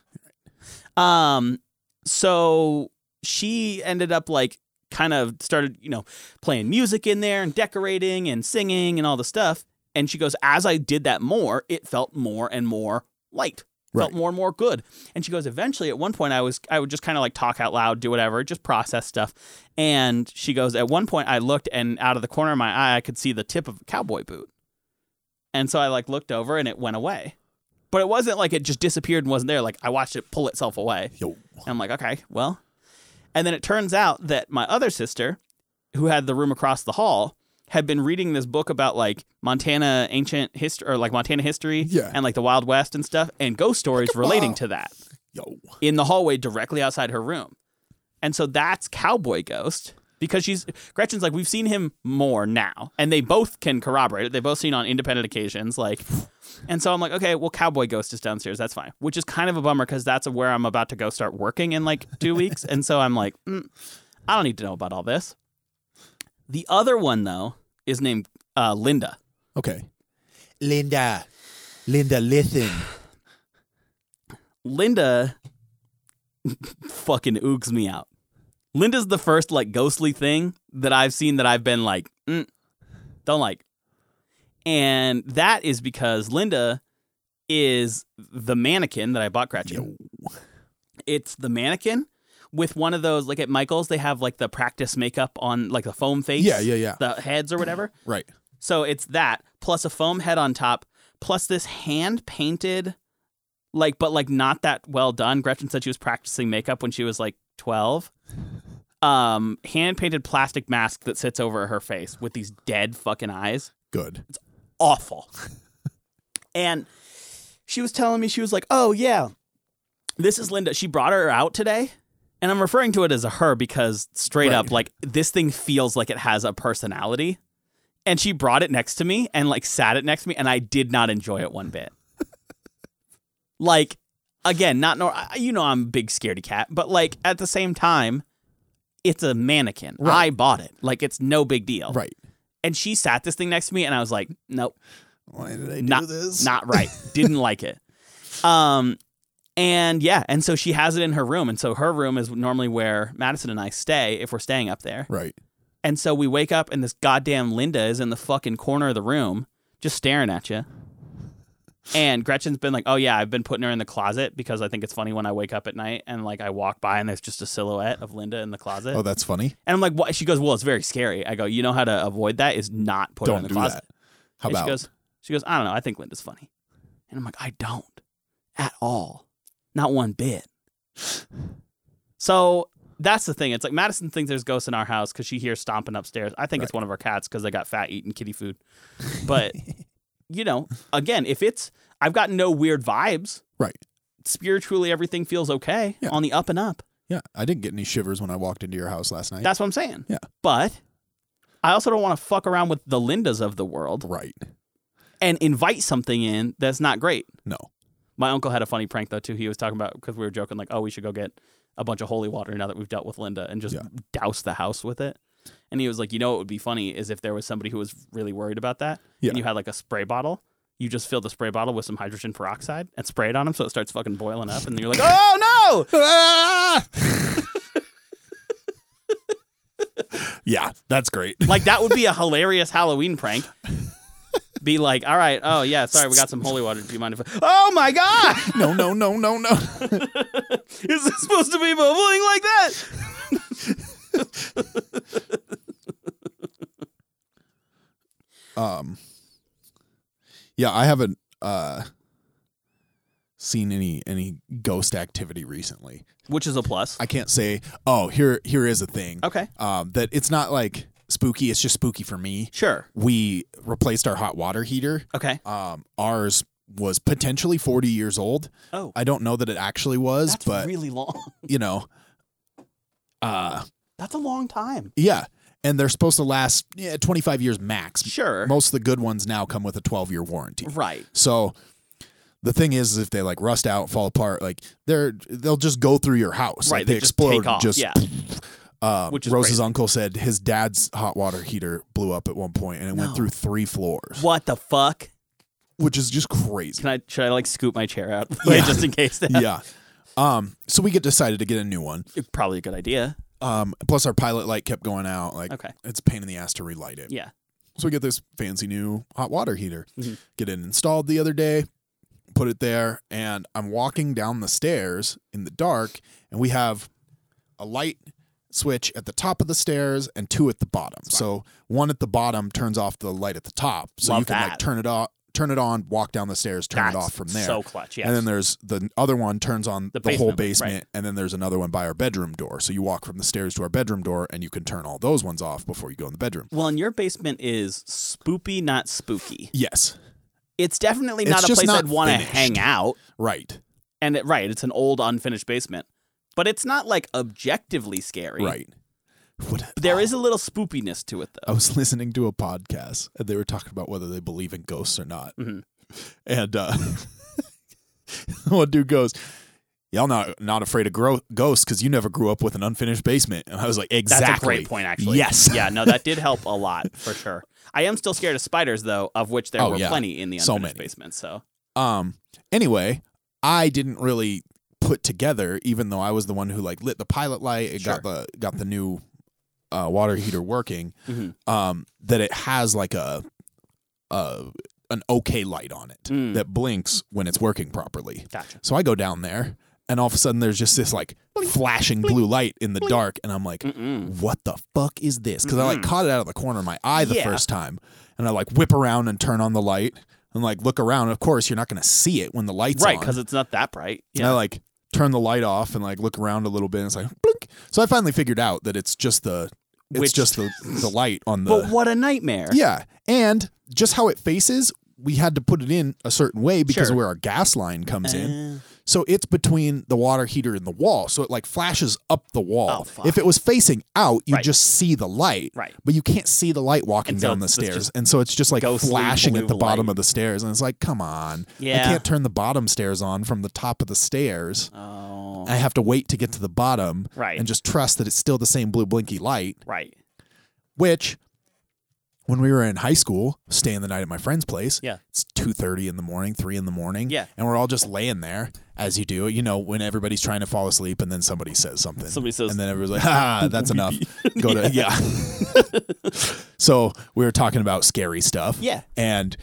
D: Um, so she ended up like kind of started, you know, playing music in there and decorating and singing and all the stuff. And she goes, as I did that more, it felt more and more light. Felt
B: Right.
D: more and more good. And she goes, eventually at one point I was I would just kind of like talk out loud, do whatever, just process stuff. And she goes, at one point I looked and out of the corner of my eye I could see the tip of a cowboy boot. And so I like looked over and it went away. But it wasn't like it just disappeared and wasn't there. Like I watched it pull itself away.
B: Yo.
D: And I'm like, okay, well. And then it turns out that my other sister, who had the room across the hall, had been reading this book about like Montana ancient history or like Montana history
B: Yeah.
D: and like the Wild West and stuff and ghost stories relating to that
B: Yo.
D: in the hallway directly outside her room. And so that's Cowboy Ghost because she's Gretchen's like we've seen him more now and they both can corroborate it. They both seen on independent occasions like and so I'm like okay, well Cowboy Ghost is downstairs, that's fine. Which is kind of a bummer cuz that's where I'm about to go start working in like 2 weeks and so I'm like mm, I don't need to know about all this. The other one though is named uh, Linda.
B: Okay.
G: Linda, Linda, listen.
D: Linda fucking oogs me out. Linda's the first like ghostly thing that I've seen that I've been like, mm, don't like. And that is because Linda is the mannequin that I bought Gretchen. It's the mannequin with one of those like at Michael's they have like the practice makeup on like the foam face.
B: Yeah, yeah, yeah.
D: The heads or whatever.
B: Right.
D: So it's that plus a foam head on top plus this hand painted like but like not that well done. Gretchen said she was practicing makeup when she was like 12. Um hand painted plastic mask that sits over her face with these dead fucking eyes
B: Good.
D: awful. [LAUGHS] and she was telling me, she was like, oh, yeah, this is Linda. She brought her out today. And I'm referring to it as a her because straight up, like, this thing feels like it has a personality. And she brought it next to me and, like, sat it next to me. And I did not enjoy it one bit. like, again, not, nor, I- you know, I'm a big scaredy cat, but, like, at the same time, it's a mannequin. I bought it. Like, it's no big deal.
B: Right.
D: And she sat this thing next to me, and I was like, nope
B: Why did I do
D: not,
B: this?
D: not right. Didn't like it. Um, and yeah, and so she has it in her room, and so her room is normally where Madison and I stay if we're staying up there.
B: right.
D: And so we wake up, and this goddamn Linda is in the fucking corner of the room, just staring at you. And Gretchen's been like, "Oh yeah, I've been putting her in the closet because I think it's funny when I wake up at night and like I walk by and there's just a silhouette of Linda in the closet."
B: Oh, that's funny.
D: and I'm like, "What?" She goes, "Well, it's very scary." I go, "You know how to avoid that is not put her in
B: Don't
D: the
B: do
D: closet."
B: that. How
D: And
B: about?
D: she goes, she goes, I don't know. I think Linda's funny. And I'm like, I don't at all. Not one bit. So that's the thing. It's like Madison thinks there's ghosts in our house because she hears stomping upstairs. I think it's
B: [LAUGHS]
D: one of our cats because they got fat eating kitty food. But, you know, again, if it's, I've gotten no weird vibes.
B: Right.
D: Spiritually, everything feels okay
B: Yeah.
D: on the up and up.
B: Yeah. I didn't get any shivers when I walked into your house last night.
D: That's what I'm saying.
B: Yeah.
D: But I also don't want to fuck around with the Lindas of the world
B: right.
D: and invite something in that's not great.
B: No.
D: My uncle had a funny prank though too. He was talking about because we were joking like, oh, we should go get a bunch of holy water now that we've dealt with Linda and just
B: Yeah.
D: douse the house with it. And he was like, you know, what would be funny is if there was somebody who was really worried about that,
B: Yeah.
D: and you had like a spray bottle. You just fill the spray bottle with some hydrogen peroxide and spray it on him so it starts fucking boiling up, and you're like,
B: [LAUGHS]
D: [LAUGHS] oh,
B: Oh no! [LAUGHS] yeah, that's great.
D: like that would be a hilarious Halloween
B: [LAUGHS]
D: prank. Be like, all right, oh yeah, sorry, we got some holy water. Do you mind if? I-" Oh my god, [LAUGHS]
B: No, no, no, no, no.
D: is this supposed to be bubbling like that?
B: Um Yeah, I haven't uh seen any any ghost activity recently.
D: Which is a plus.
B: I can't say, "Oh, here here is a thing."
D: Okay,
B: Um that it's not like spooky, it's just spooky for me.
D: sure.
B: We replaced our hot water heater.
D: Okay.
B: Um ours was potentially 40 years old.
D: Oh,
B: I don't know that it actually was,
D: that's
B: but
D: really long. [LAUGHS]
B: you know, uh
D: That's a long time.
B: Yeah. And they're supposed to last yeah, 25 years max.
D: Sure.
B: Most of the good ones now come with a 12 year warranty.
D: Right.
B: So the thing is, if they like rust out, fall apart, like they're, they'll just go through your house.
D: Right.
B: Like, they,
D: just
B: explode.
D: Take off.
B: Just, [LAUGHS]
D: yeah.
B: uh,
D: which is
B: Rose's
D: crazy.
B: uncle said his dad's hot water heater blew up at one point and it went
D: No.
B: through three floors,
D: What the fuck?
B: which is just crazy.
D: Can I? Should I like scoop my chair out [LAUGHS] Wait,
B: Yeah.
D: just in case? That,
B: yeah. Um, so we get decided to get a new one.
D: [LAUGHS] Probably a good idea.
B: Um, plus our pilot light kept going out. Like
D: Okay.
B: it's a pain in the ass to relight it.
D: Yeah.
B: So we get this fancy new hot water heater.
D: Mhm.
B: Get it installed the other day, put it there, and I'm walking down the stairs in the dark, and we have a light switch at the top of the stairs and two at the bottom. So one at the bottom turns off the light at the top. So
D: Love
B: you can like
D: that.
B: turn it off turn it on, walk down the stairs, turn it
D: That's
B: off from there.
D: So clutch. Yes.
B: And then there's the other one turns on the,
D: The
B: whole
D: basement one,
B: basement, and then there's another one by our bedroom door. So you walk from the stairs to our bedroom door, and you can turn all those ones off before you go in the bedroom.
D: well, and your basement is spoopy, not spooky.
B: Yes,
D: It's definitely
B: It's
D: not a
B: just
D: place
B: not
D: I'd want to
B: finished.
D: hang out.
B: right,
D: And it, right, it's an old unfinished basement, but it's not like objectively scary.
B: right. What,
D: There is a little spoopiness to it though.
B: I was listening to a podcast, and they were talking about whether they believe in ghosts or not.
D: Mhm.
B: And uh, [LAUGHS] one dude goes, "Y'all not not afraid of gro- ghosts because you never grew up with an unfinished basement." And I was like, "Exactly,
D: That's a great point, actually.
B: Yes, [LAUGHS]
D: yeah, no, that did help a lot for sure. I am still scared of spiders, though, of which there
B: Oh,
D: were
B: yeah.
D: plenty in the
B: So
D: unfinished
B: many.
D: basement. So
B: Um. Anyway, I didn't really put together, even though I was the one who like lit the pilot light and got the got the new uh, water heater working.
D: Mhm.
B: Um, that it has like a uh an okay light on it
D: Mm.
B: that blinks when it's working properly.
D: gotcha.
B: So I go down there, and all of a sudden there's just this like flashing blue light in the dark, and I'm like,
D: Mm-mm.
B: what the fuck is this? Because I like
D: Mhm.
B: caught it out of the corner of my eye the
D: Yeah.
B: first time, and I like whip around and turn on the light and like look around. Of course, you're not going to see it when the lights
D: Right,
B: on.
D: because it's not that bright.
B: And I like turn the light off and like look around a little bit. and It's like blink. So I finally figured out that it's just the it's
D: Which-
B: just the the light on the
D: but what a nightmare.
B: yeah, and just how it faces. We had to put it in a certain way because
D: Sure.
B: of where our gas line comes in.
D: Uh,
B: So it's between the water heater and the wall. So it like flashes up the
D: Oh,
B: wall.
D: fuck.
B: if it was facing out, you
D: Right.
B: just see the light.
D: Right.
B: But you can't see the light walking
D: And so
B: down the
D: it's just
B: stairs. And so it's just like
D: ghostly
B: flashing
D: blue
B: at the bottom
D: light.
B: of the stairs. And it's like, come on.
D: Yeah.
B: I can't turn the bottom stairs on from the top of the stairs.
D: oh,
B: I have to wait to get to the bottom
D: Right.
B: and just trust that it's still the same blue blinky light,
D: right.
B: which when we were in high school, staying the night at my friend's place,
D: Yeah.
B: it's two thirty in the morning, three in the morning.
D: Yeah.
B: And we're all just laying there as you do, you know, when everybody's trying to fall asleep and then somebody says something.
D: Somebody says-
B: and then
D: [LAUGHS]
B: everybody's like, ah, that's enough. Go to yeah. [LAUGHS] so we were talking about scary stuff.
D: Yeah.
B: And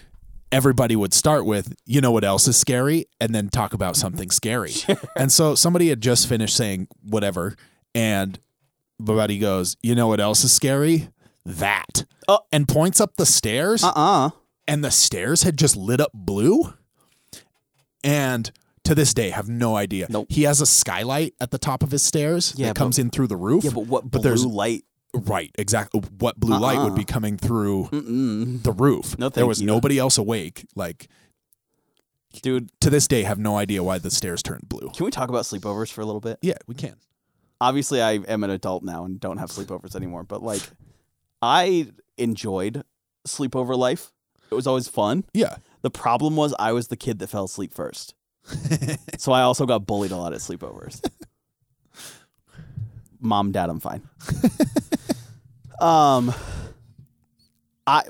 B: everybody would start with, you know what else is scary? And then talk about something
D: [LAUGHS]
B: scary. And so somebody had just finished saying whatever and Babetti goes, you know what else is scary? That.
D: Oh.
B: And points up the stairs
D: Uh uh
B: and the stairs had just lit up blue. And to this day, have no idea.
D: Nope.
B: He has a skylight at the top of his stairs
D: Yeah,
B: that comes
D: but-
B: in through the roof.
D: Yeah, but what
B: But
D: blue
B: there's-
D: light?
B: right, exactly. What blue light would
D: Uh-uh.
B: be coming through
D: Mm-mm.
B: the roof?
D: No,
B: there
D: thank
B: was
D: you.
B: nobody else awake. Like
D: Dude,
B: To this day, have no idea why the stairs turned blue.
D: can we talk about sleepovers for a little bit?
B: Yeah, we can.
D: Obviously, I am an adult now and don't have sleepovers anymore, but like, I enjoyed sleepover life. It was always fun.
B: Yeah.
D: The problem was I was the kid that fell asleep first. so I also got bullied a lot at sleepovers. Mom, dad, I'm fine. um I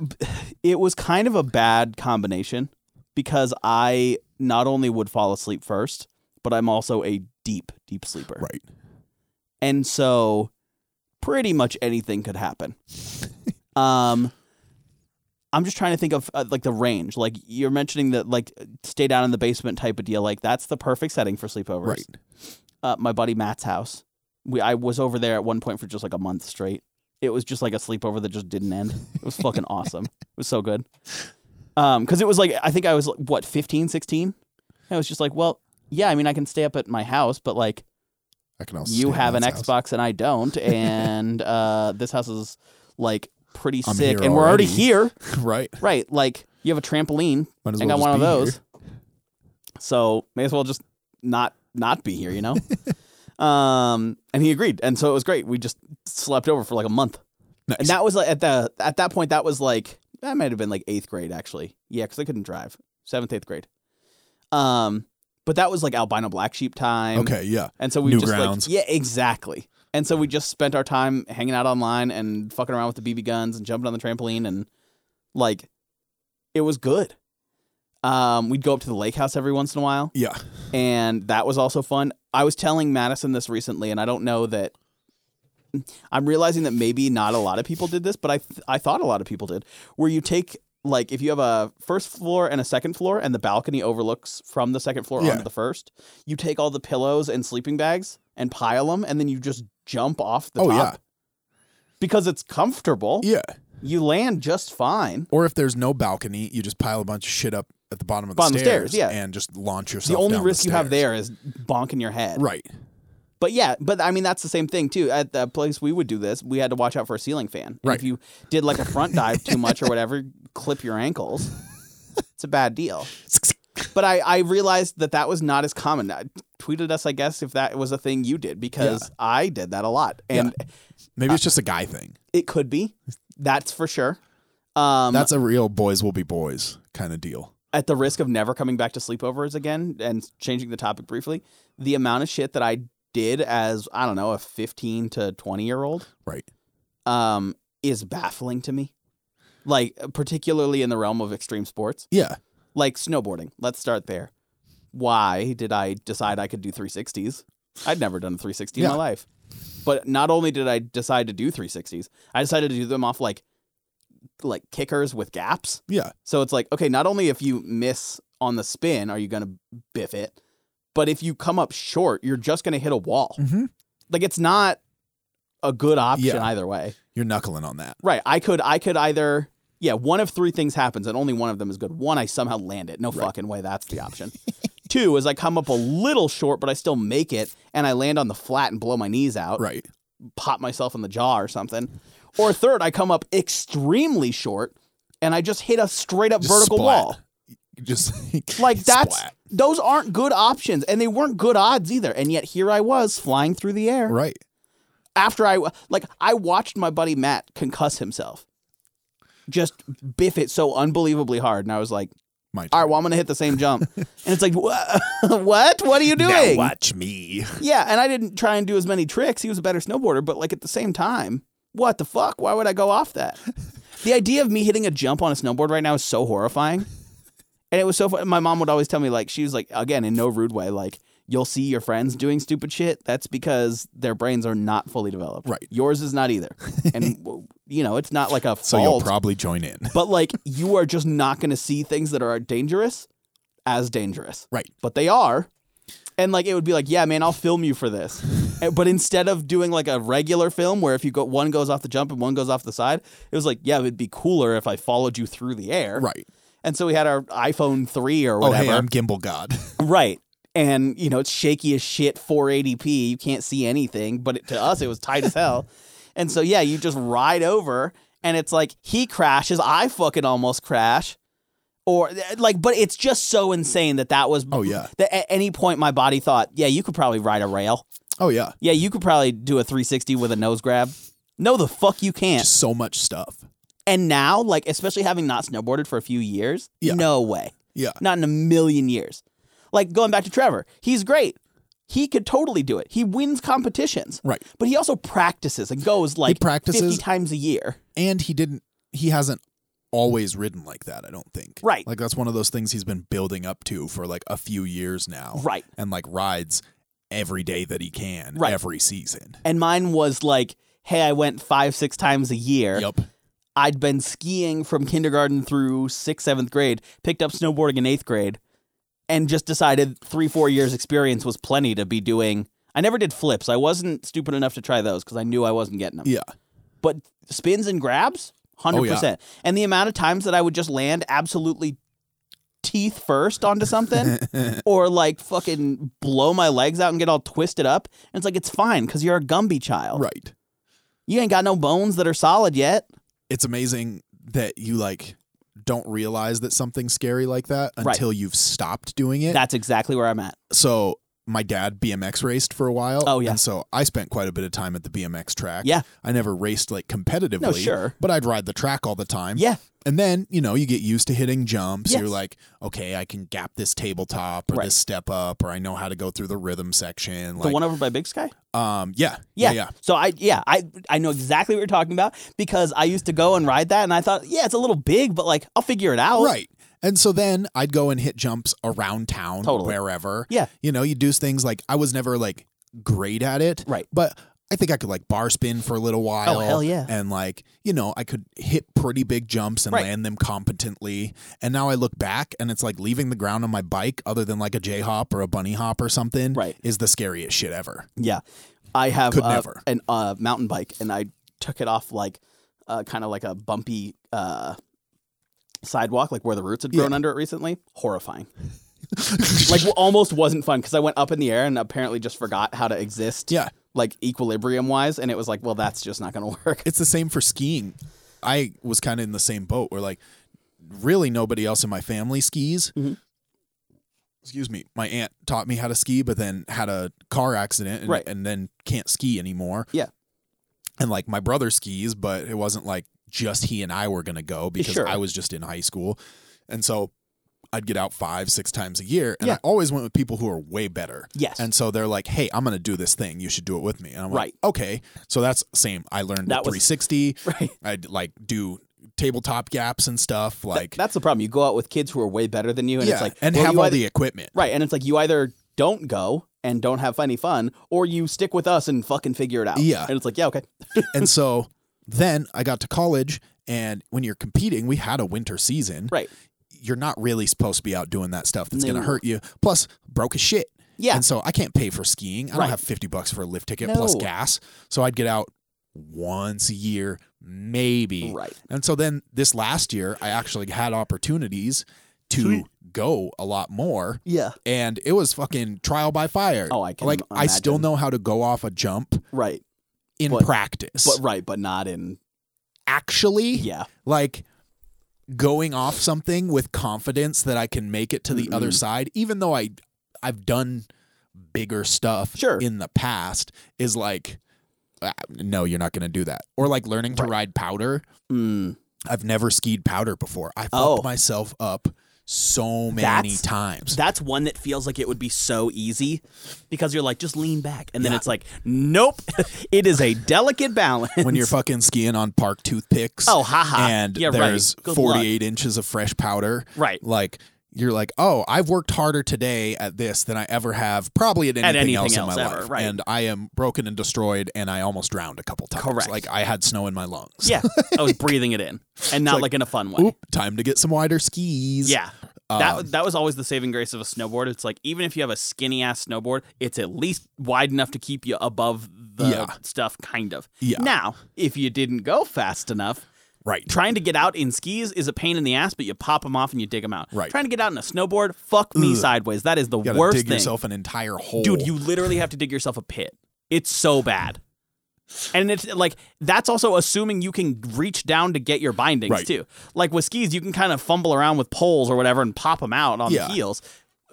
D: it was kind of a bad combination because I not only would fall asleep first, but I'm also a deep deep sleeper.
B: Right.
D: And so pretty much anything could happen. um I'm just trying to think of uh, like the range. Like you're mentioning that like stay down in the basement type of deal. Like that's the perfect setting for sleepovers.
B: Right.
D: Uh, my buddy Matt's house. We I was over there at one point for just like a month straight. It was just like a sleepover that just didn't end. It was fucking awesome. It was so good. Um cuz it was like I think I was like, what 15, 16. I was just like, well, yeah, I mean I can stay up at my house, but like
B: I can also.
D: you
B: stay in
D: have an
B: Matt's house.
D: Xbox and I don't, and uh, [LAUGHS] this house is like pretty
B: I'm
D: sick,
B: here
D: and we're already
B: already.
D: here,
B: [LAUGHS] Right.
D: right? Like you have a trampoline,
B: [LAUGHS] Might as
D: and
B: well
D: got one of
B: just be
D: those,
B: here.
D: so may as well just not not be here,
B: [LAUGHS]
D: you know. um, and he agreed, and so it was great. We just slept over for like a month,
B: Nice.
D: and that was like at the at that point that was like that might have been like eighth grade actually, yeah, because I couldn't drive seventh eighth grade. Um, but that was like albino black sheep time.
B: okay. Yeah.
D: And so we
B: New
D: just
B: grounds.
D: like yeah, exactly. And so we just spent our time hanging out online and fucking around with the BB guns and jumping on the trampoline and like it was good. Um, we'd go up to the lake house every once in a while,
B: Yeah.
D: and that was also fun. I was telling Madison this recently, and I don't know that I'm realizing that maybe not a lot of people did this, but I th- I thought a lot of people did. Where you take like if you have a first floor and a second floor, and the balcony overlooks from the second floor
B: Yeah.
D: onto the first, you take all the pillows and sleeping bags and pile them, and then you just jump off the
B: Oh,
D: top.
B: yeah.
D: Because it's comfortable.
B: Yeah.
D: You land just fine.
B: Or if there's no balcony, you just pile a bunch of shit up at the bottom of the
D: Bottom of the
B: stairs,
D: stairs, yeah.
B: and just launch
D: The
B: yourself.
D: only
B: down
D: risk you have
B: stairs.
D: there is bonking your head.
B: Right.
D: But yeah, but I mean that's the same thing too. At the place we would do this, we had to watch out for a ceiling fan. And
B: Right.
D: If you did like a front dive too much or whatever, [LAUGHS] clip your ankles. It's a bad deal. But I I realized that that was not as common. I tweeted us, I guess, if that was a thing you did because I did that a lot, and
B: Maybe it's just a guy thing.
D: it could be. That's for sure. Um,
B: That's a real boys will be boys kind of deal.
D: at the risk of never coming back to sleepovers again and changing the topic briefly, the amount of shit that I did as I don't know a fifteen to twenty year old.
B: Right.
D: um, is baffling to me. Like, particularly in the realm of extreme sports,
B: Yeah.
D: like snowboarding. Let's start there. Why did I decide I could do 360s? I'd never done a 360 in
B: Yeah.
D: my life. But not only did I decide to do 360s, I decided to do them off like like kickers with gaps.
B: Yeah.
D: So it's like, okay, not only if you miss on the spin are you going to biff it, but if you come up short, you're just going to hit a wall.
B: Mhm.
D: Like it's not a good option
B: Yeah.
D: either way.
B: You're knuckling on that.
D: Right. I could I could either yeah, one of three things happens and only one of them is good. One, I somehow land it. No fucking way, that's the option. [LAUGHS] Two is I come up a little short, but I still make it and I land on the flat and blow my knees out,
B: Right.
D: pop myself in the jaw or something. Or third, I come up extremely short and I just hit a straight up
B: Just
D: vertical
B: splat.
D: wall.
B: You Just [LAUGHS]
D: Like that's
B: splat.
D: those aren't good options and they weren't good odds either. And yet here I was flying through the air
B: right.
D: after I like I watched my buddy Matt concuss himself, just biff it so unbelievably hard, and I was like,
B: My
D: "All right, well I'm gonna hit the same jump," and it's like, "Wha- [LAUGHS] "What? What are you
B: Now
D: doing?"
B: watch me.
D: Yeah, and I didn't try and do as many tricks. He was a better snowboarder, but like at the same time, what the fuck? Why would I go
B: [LAUGHS]
D: off that? the idea of me hitting a jump on a snowboard right now is
B: [LAUGHS]
D: so horrifying. And it was so fun. My mom would always tell me, like, she was like, again, in no rude way, like, you'll see your friends doing stupid shit. That's because their brains are not fully developed.
B: Right.
D: Yours is
B: [LAUGHS]
D: not either. And, w- you know, it's not like a fault.
B: So you'll probably join in. [LAUGHS]
D: but, like, you are just not going to see things that are dangerous as dangerous
B: Right.
D: but they are. And like it would be like, yeah, man, I'll film you
B: [LAUGHS]
D: for this. And- But instead of doing like a regular film where if you go one goes off the jump and one goes off the side, it was like, yeah, it'd be cooler if I followed you through the air.
B: Right.
D: And so we had our iPhone three or
B: Oh,
D: whatever.
B: hey, I'm Gimbal God. [LAUGHS]
D: right. And you know, it's shaky as shit, 480p. You can't see anything, but it, to us it was tight as hell.
B: [LAUGHS]
D: And so yeah, you just ride over and it's like he crashes, I fucking almost crash. Or uh, like, but it's just so insane that that was.
B: Oh, yeah.
D: That at any point my body thought, yeah, you could probably ride a rail.
B: Oh yeah,
D: Yeah, you could probably do a 360 with a nose grab. No, the fuck you can't.
B: just so much stuff.
D: and now, like, especially having not snowboarded for a few years,
B: Yeah.
D: no way.
B: Yeah,
D: Not in a million years. Like going back to Trevor, he's great. He could totally do it. He wins competitions.
B: Right.
D: But he also practices and goes like
B: practices-
D: 50 times a year.
B: and he didn't. He hasn't always ridden like that. I don't think.
D: Right.
B: Like that's one of those things he's been building up to for like a few years now.
D: Right.
B: And like rides every day that he can.
D: Right.
B: Every season.
D: And mine was like, hey, I went five, six times a year.
B: Yep.
D: I'd been skiing from kindergarten through sixth, seventh grade, picked up snowboarding in eighth grade, and just decided three, four years' experience was plenty to be doing. I never did flips. I wasn't stupid enough to try those because I knew I wasn't getting them.
B: Yeah.
D: But spins and
B: Oh,
D: grabs, 100%. And the amount of times that I would just land absolutely teeth first onto something
B: [LAUGHS]
D: or like fucking blow my legs out and get all twisted up. And it's like, it's fine because you're a Gumby child.
B: Right.
D: You ain't got no bones that are solid yet.
B: It's amazing that you like don't realize that something's scary like that
D: Right.
B: until you've stopped doing it.
D: That's exactly where I'm at.
B: so my dad BMX raced for a while.
D: Oh, yeah.
B: And so I spent quite a bit of time at the BMX track.
D: Yeah.
B: I never raced like competitively.
D: No, sure.
B: But I'd ride the track all the time.
D: Yeah.
B: And then, you know, you get used to hitting jumps. You're
D: Yes.
B: like, okay, I can gap this tabletop or
D: Right.
B: this step up or I know how to go through the rhythm section. Like
D: the one over by Big Sky?
B: um yeah.
D: Yeah.
B: Yeah.
D: So I yeah, I I know exactly what you're talking about because I used to go and ride that and I thought, yeah, it's a little big, but like I'll figure it out.
B: Right. And so then I'd go and hit jumps around town,
D: Totally.
B: wherever.
D: Yeah.
B: You know, you do things like I was never like great at it.
D: Right. Oh,
B: But I think I could like bar spin for a little while.
D: hell yeah.
B: And like, you know, I could hit pretty big jumps and
D: Right.
B: land them competently. And now I look back and it's like leaving the ground on my bike, other than like a J hop or a bunny hop or something,
D: Right.
B: is the scariest shit ever.
D: Yeah. I have
B: Could
D: uh,
B: never.
D: an uh mountain bike and I took it off like uh kind of like a bumpy uh sidewalk like where the roots had grown
B: Yeah.
D: under it recently.
B: [LAUGHS]
D: Horrifying. like w- almost wasn't fun cuz I went up in the air and apparently just forgot how to exist.
B: Yeah.
D: Like equilibrium wise and it was like, well that's just not going to [LAUGHS] work.
B: It's the same for skiing. I was kind of in the same boat where like really nobody else in my family skis.
D: Mm-hmm.
B: Excuse me. My aunt taught me how to ski, but then had a car accident and,
D: Right.
B: and then can't ski anymore.
D: Yeah.
B: And like my brother skis, but it wasn't like just he and I were going to go because
D: Sure.
B: I was just in high school. And so I'd get out five, six times a year. And
D: Yeah.
B: I always went with people who are way better.
D: Yes.
B: And so they're like, hey, I'm going to do this thing. You should do it with me. And I'm
D: Right.
B: like, okay. So that's same. I learned
D: That was-
B: 360.
D: [LAUGHS] Right.
B: I'd like do tabletop gaps and stuff. Like,
D: That's the problem. You go out with kids who are way better than you, and
B: yeah.
D: it's like
B: and
D: well,
B: have
D: you
B: all
D: either-
B: the
D: [LAUGHS]
B: equipment.
D: right, and it's like you either don't go and don't have any fun, or you stick with us and fucking figure it out.
B: Yeah.
D: and it's like yeah, okay,
B: and so then I got to college. And when you're competing, we had a winter season.
D: right,
B: You're not really supposed to be out doing that stuff that's going
D: No.
B: to hurt you. Plus, broke as shit.
D: yeah,
B: And so I can't pay for skiing. I
D: Right.
B: don't have 50 bucks for a lift ticket plus
D: No.
B: gas. So I'd get out once a year, maybe.
D: Right.
B: And so then this last year, I actually had opportunities to go a lot more.
D: yeah,
B: And it was fucking trial by fire.
D: Oh, I can
B: Like, I still
D: imagine.
B: know how to go off a jump
D: right,
B: in
D: But-
B: practice.
D: but right, but not in
B: actually,
D: yeah,
B: like going off something with confidence that I can make it to the other side, even though I I've done bigger stuff
D: Sure.
B: in the past, is like ah, no, you're not going to do that. Or like learning to ride powder.
D: mm,
B: I've never skied powder before. I fucked
D: Oh.
B: myself up so many
D: That's-
B: times.
D: that's one that feels like it would be so easy because you're like just lean back, and then it's like nope, [LAUGHS] it is a delicate balance
B: when you're fucking skiing on park toothpicks.
D: Oh, haha.
B: And
D: Yeah, right.
B: there's
D: Good luck.
B: 48 inches of fresh powder.
D: Right.
B: Like you're like, oh, I've worked harder today at this than I ever have probably at anything,
D: anything
B: else,
D: else
B: in my
D: ever,
B: life.
D: right.
B: And I am broken and destroyed, and I almost drowned a couple times.
D: Correct.
B: Like I had snow in my lungs.
D: [LAUGHS] yeah, I was breathing it in and not like, in a fun way.
B: Oop, time to get some wider skis.
D: Yeah.
B: Um,
D: That, that was always the saving grace of a snowboard. It's like even if you have a skinny ass snowboard, it's at least wide enough to keep you above the
B: Yeah.
D: stuff, kind of.
B: Yeah.
D: Now, if you didn't go fast enough,
B: Right.
D: trying to get out in skis is a pain in the ass, but you pop them off and you dig them out.
B: Right.
D: Trying to get out in a snowboard, fuck me sideways. That is the
B: You gotta
D: worst
B: dig
D: thing,
B: yourself an entire hole.
D: dude. You literally have to dig yourself a pit. It's so bad. And it's like that's also assuming you can reach down to get your bindings
B: Right.
D: too. Like with skis, you can kind of fumble around with poles or whatever and pop them out on
B: Yeah.
D: the heels.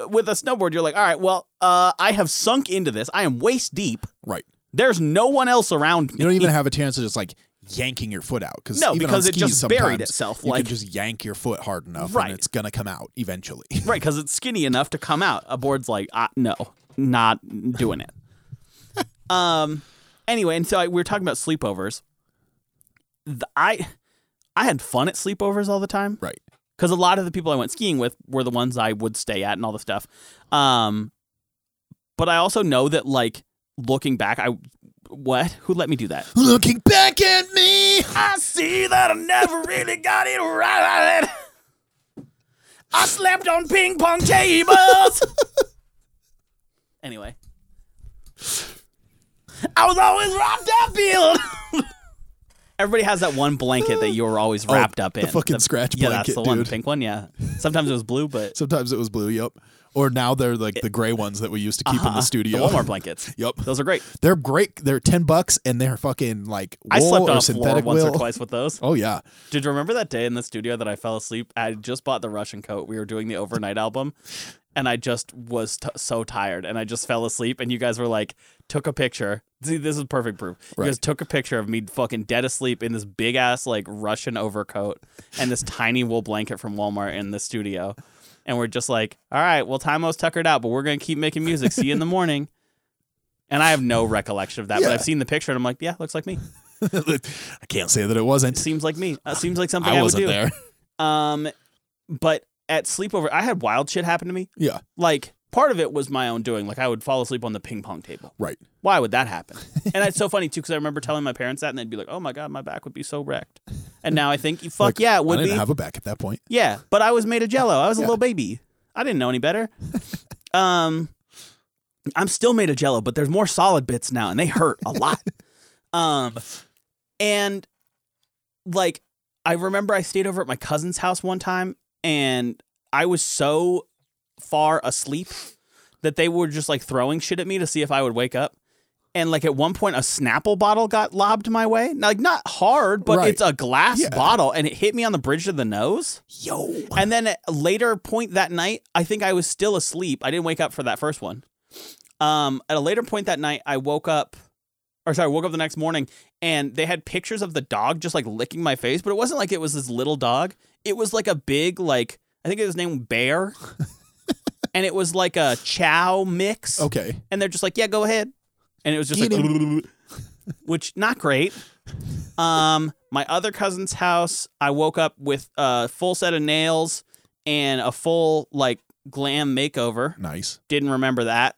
D: With a snowboard, you're like, all right, well, uh, I have sunk into this. I am waist deep.
B: Right.
D: There's no one else around me.
B: You don't even have a chance of just like yanking your foot out because
D: No,
B: even
D: because
B: on
D: it
B: skis
D: just buried
B: sometimes
D: itself,
B: You
D: like-
B: can just yank your foot hard enough,
D: Right.
B: and it's gonna come out eventually. [LAUGHS]
D: Right, because it's skinny enough to come out. A board's like, ah, no, not doing it. [LAUGHS] um. Anyway, and so I, we were talking about sleepovers. The, I, I had fun at sleepovers all the time
B: right.
D: because a lot of the people I went skiing with were the ones I would stay at and all the stuff. Um, but I also know that like looking back, I what who let me do that?
B: Looking back at me,
D: I see that I never really got it right. I slept on ping pong tables. anyway, I was always wrapped up in. Everybody has that one blanket that you were always wrapped up in.
B: Oh, the fucking scratch
D: yeah, that's
B: blanket,
D: the one, the
B: dude.
D: pink one. Yeah, sometimes it was blue, but
B: sometimes it was blue. Yep. Or now they're like the gray ones that we used to keep in the
D: Uh-huh. the
B: studio.
D: Walmart blankets.
B: [LAUGHS] Yep.
D: those are great.
B: They're great. They're ten bucks, and they're fucking like wool
D: I slept
B: or
D: on a floor
B: synthetic
D: once
B: wool.
D: or twice with those.
B: Oh yeah, [LAUGHS]
D: Did you remember that day in the studio that I fell asleep? I had just bought the Russian coat. We were doing the overnight album, and I just was t- so tired, and I just fell asleep. And you guys were like, took a picture. See, this is perfect proof. You guys
B: Right.
D: took a picture of me fucking dead asleep in this big ass like Russian overcoat and this tiny wool blanket from Walmart in the studio, and we're just like, all right, well, Timo's tuckered out, but we're gonna keep making music. See you in the morning. And I have no recollection of that, but
B: Yeah.
D: I've seen the picture, and I'm like, yeah, looks like me.
B: I can't say that it wasn't.
D: Seems like me. That seems like something I,
B: I
D: would
B: wasn't
D: do.
B: there. [LAUGHS]
D: Um, but at sleepover, I had wild shit happen to me.
B: Yeah,
D: Like part of it was my own doing. Like I would fall asleep on the ping pong table.
B: right.
D: Why would that
B: [LAUGHS]
D: happen? and it's so funny too because I remember telling my parents that, and they'd be like, "Oh my god, my back would be so wrecked." And now I think, fuck
B: Like,
D: yeah, it would
B: I
D: be.
B: didn't have a back at that point.
D: yeah, but I was made of jello. I was a
B: Yeah.
D: little baby. I didn't know any
B: [LAUGHS]
D: better. um, I'm still made of jello, but there's more solid bits now, and they hurt
B: [LAUGHS]
D: a lot. um, and like I remember I stayed over at my cousin's house one time and I was so far asleep that they were just like throwing shit at me to see if I would wake up. And like at one point a Snapple bottle got lobbed my way. Now, like not hard, but
B: Right.
D: it's a glass
B: Yeah.
D: bottle and it hit me on the bridge of the nose. Yo. And then at a later point that night, I think I was still asleep. I didn't wake up for that first one. Um at a later point that night, I woke up or sorry, woke up the next morning and they had pictures of the dog just like licking my face, but it wasn't like it was this little dog. It was like a big, like, I think it was named Bear. and it was like a chow mix.
B: Okay.
D: And they're just like, yeah, go ahead. And it was just
B: Get
D: like, [LAUGHS] which not great. Um, my other cousin's house, I woke up with a full set of nails and a full like glam makeover
B: Nice.
D: didn't remember that.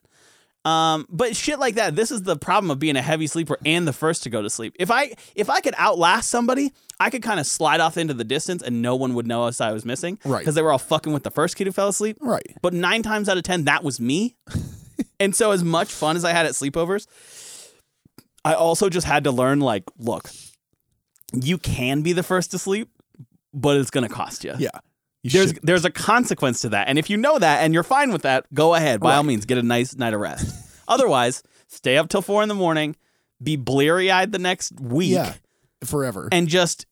D: Um, but shit like that. This is the problem of being a heavy sleeper and the first to go to sleep. If I if I could outlast somebody, I could kind of slide off into the distance and no one would know us I was missing.
B: Right.
D: Because they were all fucking with the first kid who fell asleep.
B: Right.
D: But nine times out of ten, that was
B: [LAUGHS]
D: me. and so as much fun as I had at sleepovers, I also just had to learn like, look, you can be the first to sleep, but it's gonna cost you
B: Yeah. You
D: there's
B: should-
D: there's a consequence to that, and if you know that and you're fine with that, go ahead. By all
B: Right.
D: means, get a nice night
B: [LAUGHS]
D: of rest. Otherwise, stay up till four in the morning, be bleary eyed the next week,
B: yeah. Forever.
D: and just.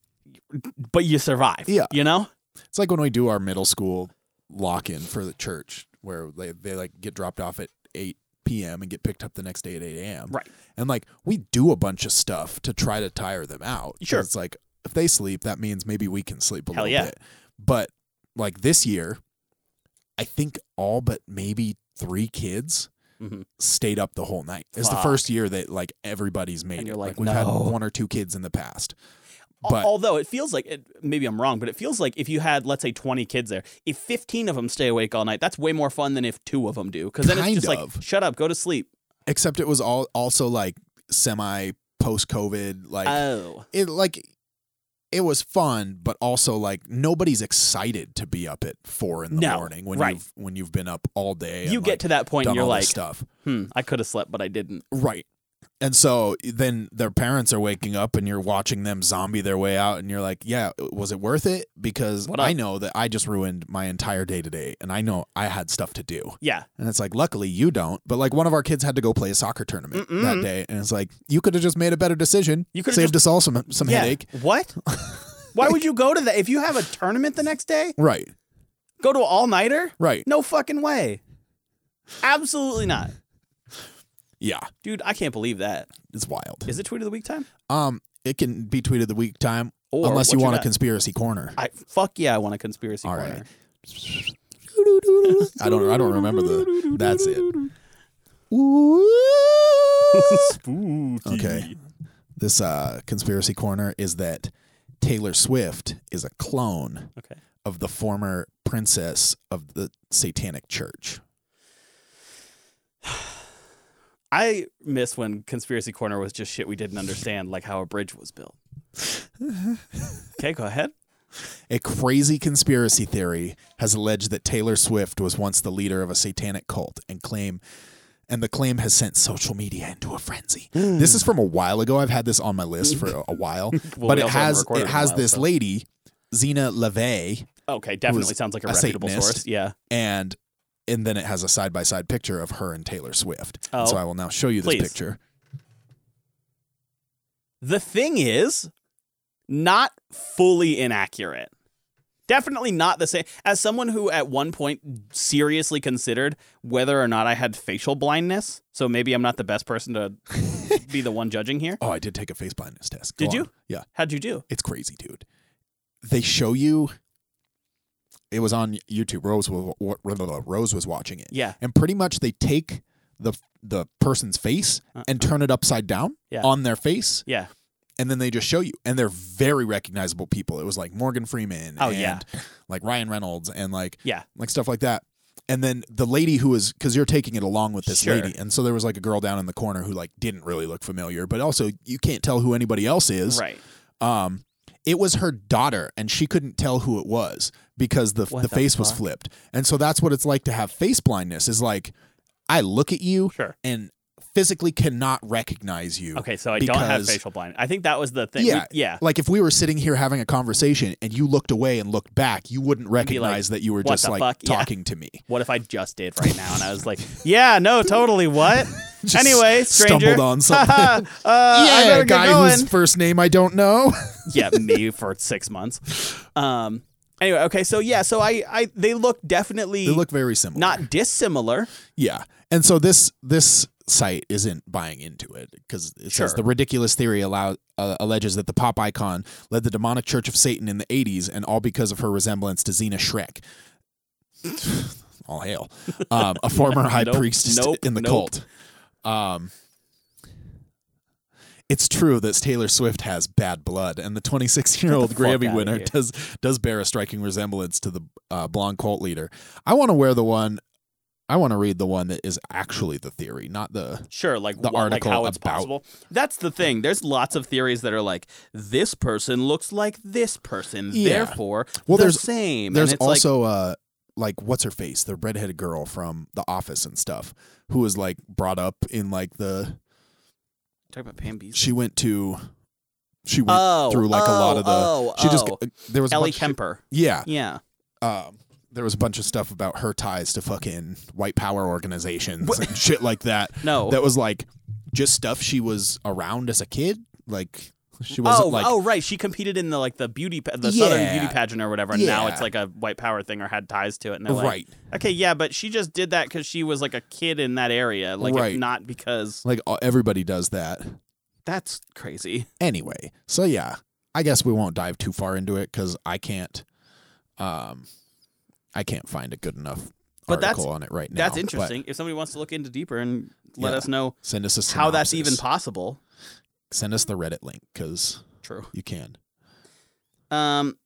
D: But you survive.
B: Yeah.
D: you know.
B: It's like when we do our middle school lock in for the church where they, they like get dropped off at 8 p.m. and get picked up the next day at 8 a.m.
D: Right.
B: And like we do a bunch of stuff to try to tire them out. 'Cause
D: Sure.
B: It's like if they sleep, that means maybe we can sleep a
D: Hell
B: little
D: yeah.
B: bit. But like this year, I think all but maybe three kids
D: Mhm.
B: stayed up the whole night. It's the
D: Fuck.
B: first year that like everybody's made
D: And
B: it.
D: you're like,
B: we've had
D: "No."
B: one or two kids in the past.
D: Al-
B: But
D: Although it feels like it, maybe I'm wrong, but it feels like if you had let's say 20 kids there, if 15 of them stay awake all night, that's way more fun than if two of them do. Because then it's
B: Kind
D: just like
B: of.
D: shut up, go to sleep.
B: except it was all also like semi post COVID like
D: oh,
B: it like it was fun, but also like nobody's excited to be up at four in the
D: No,
B: morning when
D: right.
B: you've when you've been up all day. And,
D: you get
B: like,
D: to that point,
B: done
D: and you're
B: all this
D: like,
B: stuff
D: hmm, I could have slept, but I didn't.
B: right. And so then their parents are waking up and you're watching them zombie their way out and you're like, yeah, was it worth it? Because
D: What
B: I
D: up?
B: know that I just ruined my entire day today and I know I had stuff to do.
D: Yeah.
B: And it's like, luckily you don't. But like one of our kids had to go play a soccer tournament that day. And it's like, you could have just made a better decision.
D: You could've
B: saved us all some, some
H: Yeah.
B: headache.
H: What?
B: [LAUGHS]
H: Why would you go to that? If you have a tournament the next day,
B: Right.
H: go to all nighter?
B: Right.
H: No fucking way. Absolutely not.
B: Yeah.
H: Dude, I can't believe that.
B: It's wild.
H: Is it tweet of the week time?
B: um, it can be tweeted the week time
H: Or
B: unless you
H: what you
B: want a
H: got?
B: conspiracy corner.
H: I fuck yeah, I want a conspiracy
B: All
H: corner.
B: right. [LAUGHS] I don't. [LAUGHS] I don't remember the. That's it. [LAUGHS] Okay. This uh, conspiracy corner is that Taylor Swift is a clone
D: Okay.
B: of the former princess of the Satanic Church.
D: I miss when Conspiracy Corner was just shit we didn't understand, like how a bridge was built.
B: [LAUGHS]
D: okay, go ahead.
B: A crazy conspiracy theory has alleged that Taylor Swift was once the leader of a satanic cult and claim and the claim has sent social media into a frenzy.
D: Hmm.
B: this is from a while ago. I've had this on my list for a, a while,
D: [LAUGHS] Well,
B: but it
D: we also haven't
B: has
D: recorded
B: it
D: in a
B: has
D: while,
B: this
D: so-
B: lady Zena LeVay
D: Okay, definitely
B: was
D: sounds like a,
B: a
D: reputable
B: Satanist.
D: source. Yeah.
B: and and then it has a side by side picture of her and Taylor Swift.
D: Oh.
B: And so I will now show you this
D: Please.
B: picture.
D: The thing is, not fully inaccurate. Definitely not the same. As someone who at one point seriously considered whether or not I had facial blindness, so maybe I'm not the best person to be the one judging
B: [LAUGHS]
D: here.
B: Oh, I did take a face blindness test.
D: Did
B: on.
D: you?
B: Yeah,
D: How'd you do?
B: it's crazy, dude. They show you. It was on YouTube. Rose was Rose was watching it.
D: Yeah.
B: and pretty much they take the the person's face and turn it upside down
D: Uh-uh. Yeah.
B: on their face,
D: Yeah.
B: and then they just show you. And they're very recognizable people. It was like Morgan Freeman.
D: Oh,
B: and
D: yeah.
B: like Ryan Reynolds and like
D: Yeah.
B: like stuff like that. And then the lady who was because you're taking it along with this
D: Sure.
B: lady, and so there was like a girl down in the corner who like didn't really look familiar, but also you can't tell who anybody else is.
D: Right.
B: Um, it was her daughter, and she couldn't tell who it was because the the,
D: What the
B: face was
D: fuck?
B: flipped. And so that's what it's like to have face blindness. Is like I look at you
D: Sure.
B: and physically cannot recognize you.
D: Okay, so I don't have
B: because-
D: facial blindness. I think that was the thing. We-
B: Yeah,
D: yeah.
B: Like if we were sitting here having a conversation and you looked away and looked back, you wouldn't
D: be like,
B: recognize that you were
D: "What
B: just
D: the
B: like
D: fuck?" Yeah.
B: talking to me.
D: What if I just did right now? And I was like, yeah, no, totally.
B: [LAUGHS]
D: What? anyway, stranger.
B: stumbled on something.
D: [LAUGHS] uh, I
B: yeah,
D: better get
B: guy
D: going.
B: [LAUGHS] whose first name I don't know. [LAUGHS]
D: yeah, me for six months. Um. Anyway, okay, so yeah, so I, I, they look definitely
B: they look very similar.
D: E not dissimilar.
B: Yeah. And so this this site isn't buying into it because it says
D: Sure.
B: the ridiculous theory allow, uh, alleges that the pop icon led the demonic church of Satan in the 80s and all because of her resemblance to Xena Shrek. [SIGHS] all hail. Um, a
D: [LAUGHS]
B: former high
D: Nope,
B: priestess
D: nope,
B: in the
D: nope.
B: cult. Um it's true that Taylor Swift has bad blood, and the 26 year old
D: Get the fuck
B: Grammy
D: outta
B: winner
D: here.
B: does does bear a striking resemblance to the uh, blonde cult leader. I want to wear the one I want to read the one that is actually the theory, not the.
D: Sure, like
B: The
D: what, like
B: article
D: how it's
B: about-
D: possible. That's the thing. There's lots of theories that are like this person looks like this person,
B: Yeah.
D: therefore
B: Well,
D: the
B: there's-
D: same.
B: There's
D: and it's like,
B: also uh, like what's her face, the redheaded girl from The Office and stuff, who was like brought up in like the.
D: talk about Pam Beasley.
B: She went to, she went
D: Oh,
B: through like a lot
D: oh,
B: of the.
D: oh,
B: she just uh,
D: oh.
B: there was a
D: Ellie
B: bunch of-
D: Kemper.
B: yeah,
D: Yeah.
B: um, there was a bunch of stuff about her ties to fucking white power organizations and shit like that.
D: [LAUGHS] No.
B: that was like just stuff she was around as a kid, like. She wasn't
D: Oh,
B: like
D: oh, right. She competed in the like the beauty, pa- the Southern
B: Yeah.
D: beauty pageant or whatever, and now
B: Yeah.
D: it's like a white power thing or had ties to it. And they're like,
B: Right.
D: okay, yeah, but she just did that because she was like a kid in that area, like
B: Right.
D: not because
B: like uh, everybody does that.
D: that's crazy.
B: anyway so yeah i guess we won't dive too far into it because i can't um i can't find a good enough
D: But that's-
B: article on it right now
D: that's
B: but
D: interesting. If somebody wants to look into deeper and let
B: Yeah.
D: us know
B: send us a
D: how that's
B: synopsis.
D: even possible,
B: send us the reddit link because
D: true.
B: you can
D: Um,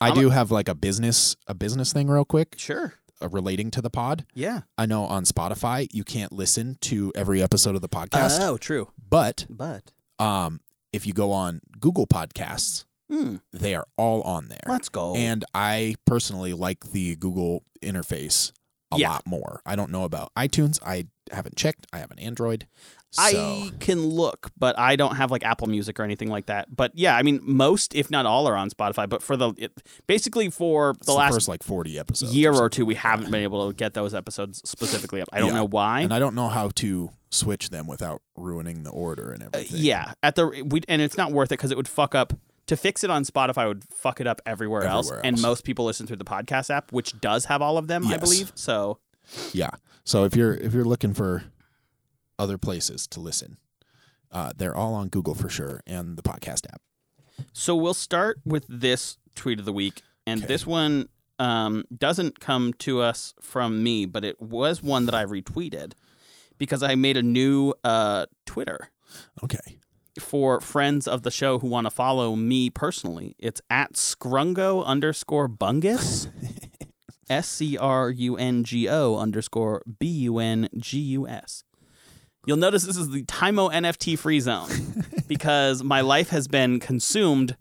B: i
D: I'm a-
B: do have like a business a business thing real quick
D: sure.
B: uh, relating to the pod
D: Yeah.
B: i know on spotify you can't listen to every episode of the podcast
D: Oh, true.
B: but
D: But
B: um if you go on google podcasts
D: Hmm,
B: they are all on there
D: let's go.
B: And I personally like the Google interface a
D: Yeah.
B: lot more. I don't know about iTunes. I haven't checked. I have an Android. So-
D: I can look, but I don't have like Apple Music or anything like that. But yeah, I mean, most, if not all, are on Spotify. But for the it, basically for the
B: It's
D: last
B: first like 40 episodes
D: year or
B: something.
D: two, we haven't been able to get those episodes specifically up. I don't
B: Yeah.
D: know why.
B: and I don't know how to switch them without ruining the order and
D: Uh,
B: everything.
D: yeah, at the we and it's not worth it because it would fuck up. To fix it on Spotify would fuck it up everywhere, else,
B: Everywhere
D: and
B: else.
D: most people listen through the podcast app, which does have all of them, I
B: Yes.
D: believe. So
B: Yeah. So if you're if you're looking for other places to listen, uh, they're all on Google for sure and the podcast app.
D: So we'll start with this tweet of the week, and
B: Okay.
D: this one um, doesn't come to us from me, but it was one that I retweeted because I made a new uh, Twitter
B: Okay.
D: for friends of the show who want to follow me personally. It's at Scrungo underscore Bungus. S C R U N G O underscore B U N G U S. You'll notice this is the Timo NFT free zone because my life has been consumed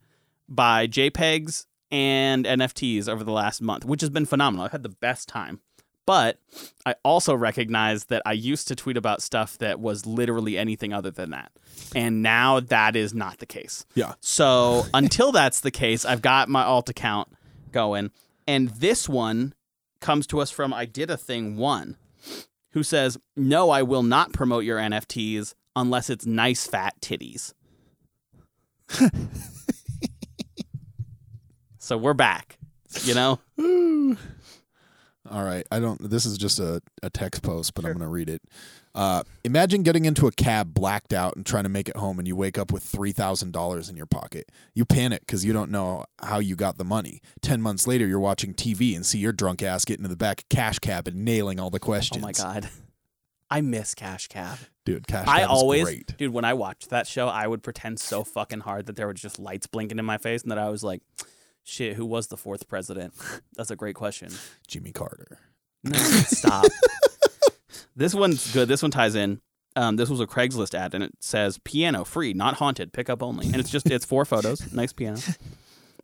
D: by JPEGs and NFTs over the last month, which has been phenomenal. I've had the best time. But I also recognize that I used to tweet about stuff that was literally anything other than that. And now that is not the case.
B: Yeah.
D: So [LAUGHS] until that's the case, I've got my alt account going. And this one comes to us from I Did a Thing One, who says, No, I will not promote your NFTs unless it's nice fat titties. so we're back, you know?
B: All right. I don't. This is just a, a text post, but I'm going to read it. Uh, imagine getting into a cab blacked out and trying to make it home, and you wake up with $3,000 in your pocket. You panic because you don't know how you got the money. 10 months later, you're watching TV and see your drunk ass getting to the back of Cash Cab and nailing all the
D: Oh
B: questions.
D: my God. [LAUGHS] I miss Cash Cab.
B: Dude, Cash Cab
D: I
B: is
D: always,
B: great.
D: dude, when I watched that show, I would pretend so fucking hard that there were just lights blinking in my face and that I was like, shit, who was the fourth president? [LAUGHS] That's a great question.
B: Jimmy Carter.
D: No, stop. [LAUGHS] this one's good. This one ties in. Um, this was a Craigslist ad, and it says piano free, not haunted, pick up only. And it's just it's four photos, nice piano.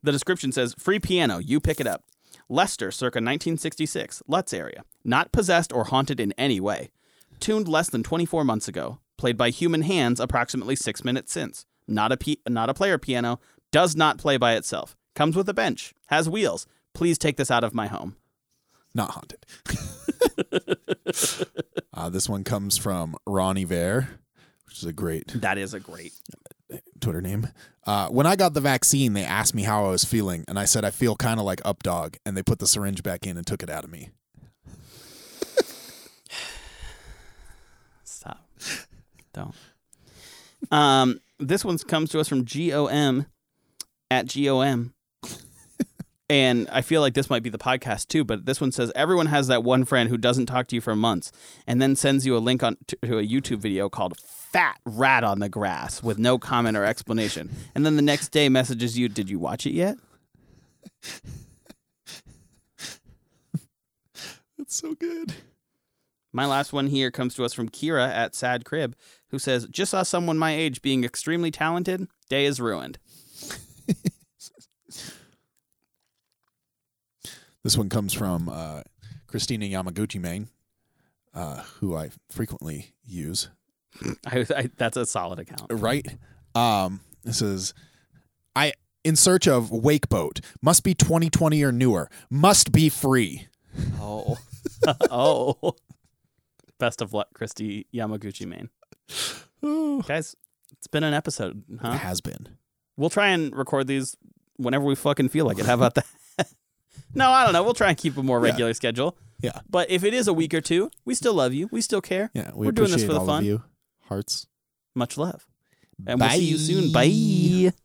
D: The description says free piano, you pick it up. Leicester, circa 1966, Lutz area, not possessed or haunted in any way. Tuned less than 24 months ago, played by human hands approximately six minutes since. Not a pi- not a player piano, does not play by itself. Comes with a bench, has wheels. Please take this out of my home.
B: Not
D: [LAUGHS]
B: haunted. uh, this one comes from Ronnie Vare, which is a great
D: That is a great
B: Twitter name. Uh, when I got the vaccine, they asked me how I was feeling, and I said I feel kind of like up dog, and they put the syringe back in and took it out of me.
D: Stop. Don't. Um, this one comes to us from GOM at GOM. And I feel like this might be the podcast too, but this one says everyone has that one friend who doesn't talk to you for months and then sends you a link on to, to a YouTube video called "Fat Rat on the Grass" with no comment or explanation, and then the next day messages you, "Did you watch it yet?"
B: That's so good.
D: My last one here comes to us from Kira at Sad Crib, who says, Just saw someone my age being extremely talented. Day is ruined.
B: This one comes from uh, Christina Yamaguchi Main, uh, who I frequently use.
D: I, I, that's a
B: [LAUGHS]
D: solid account.
B: Right? Um, this is I in search of wake boat. Must be 2020 or newer. Must be free.
D: Oh. oh. Best of luck, Christy
B: [SIGHS]
D: Yamaguchi main. Guys, it's been an episode,
B: It
D: huh?
B: has been.
D: We'll try and record these whenever we fucking feel like it. How about that? [LAUGHS] no, I don't know. We'll try and keep a more
B: Yeah.
D: regular schedule.
B: Yeah.
D: But if it is a week or two, we still love you. We still care.
B: Yeah, we
D: We're doing this
B: appreciate
D: for the
B: all
D: fun.
B: of you. Hearts.
D: Much love. And we'll see you soon. Bye.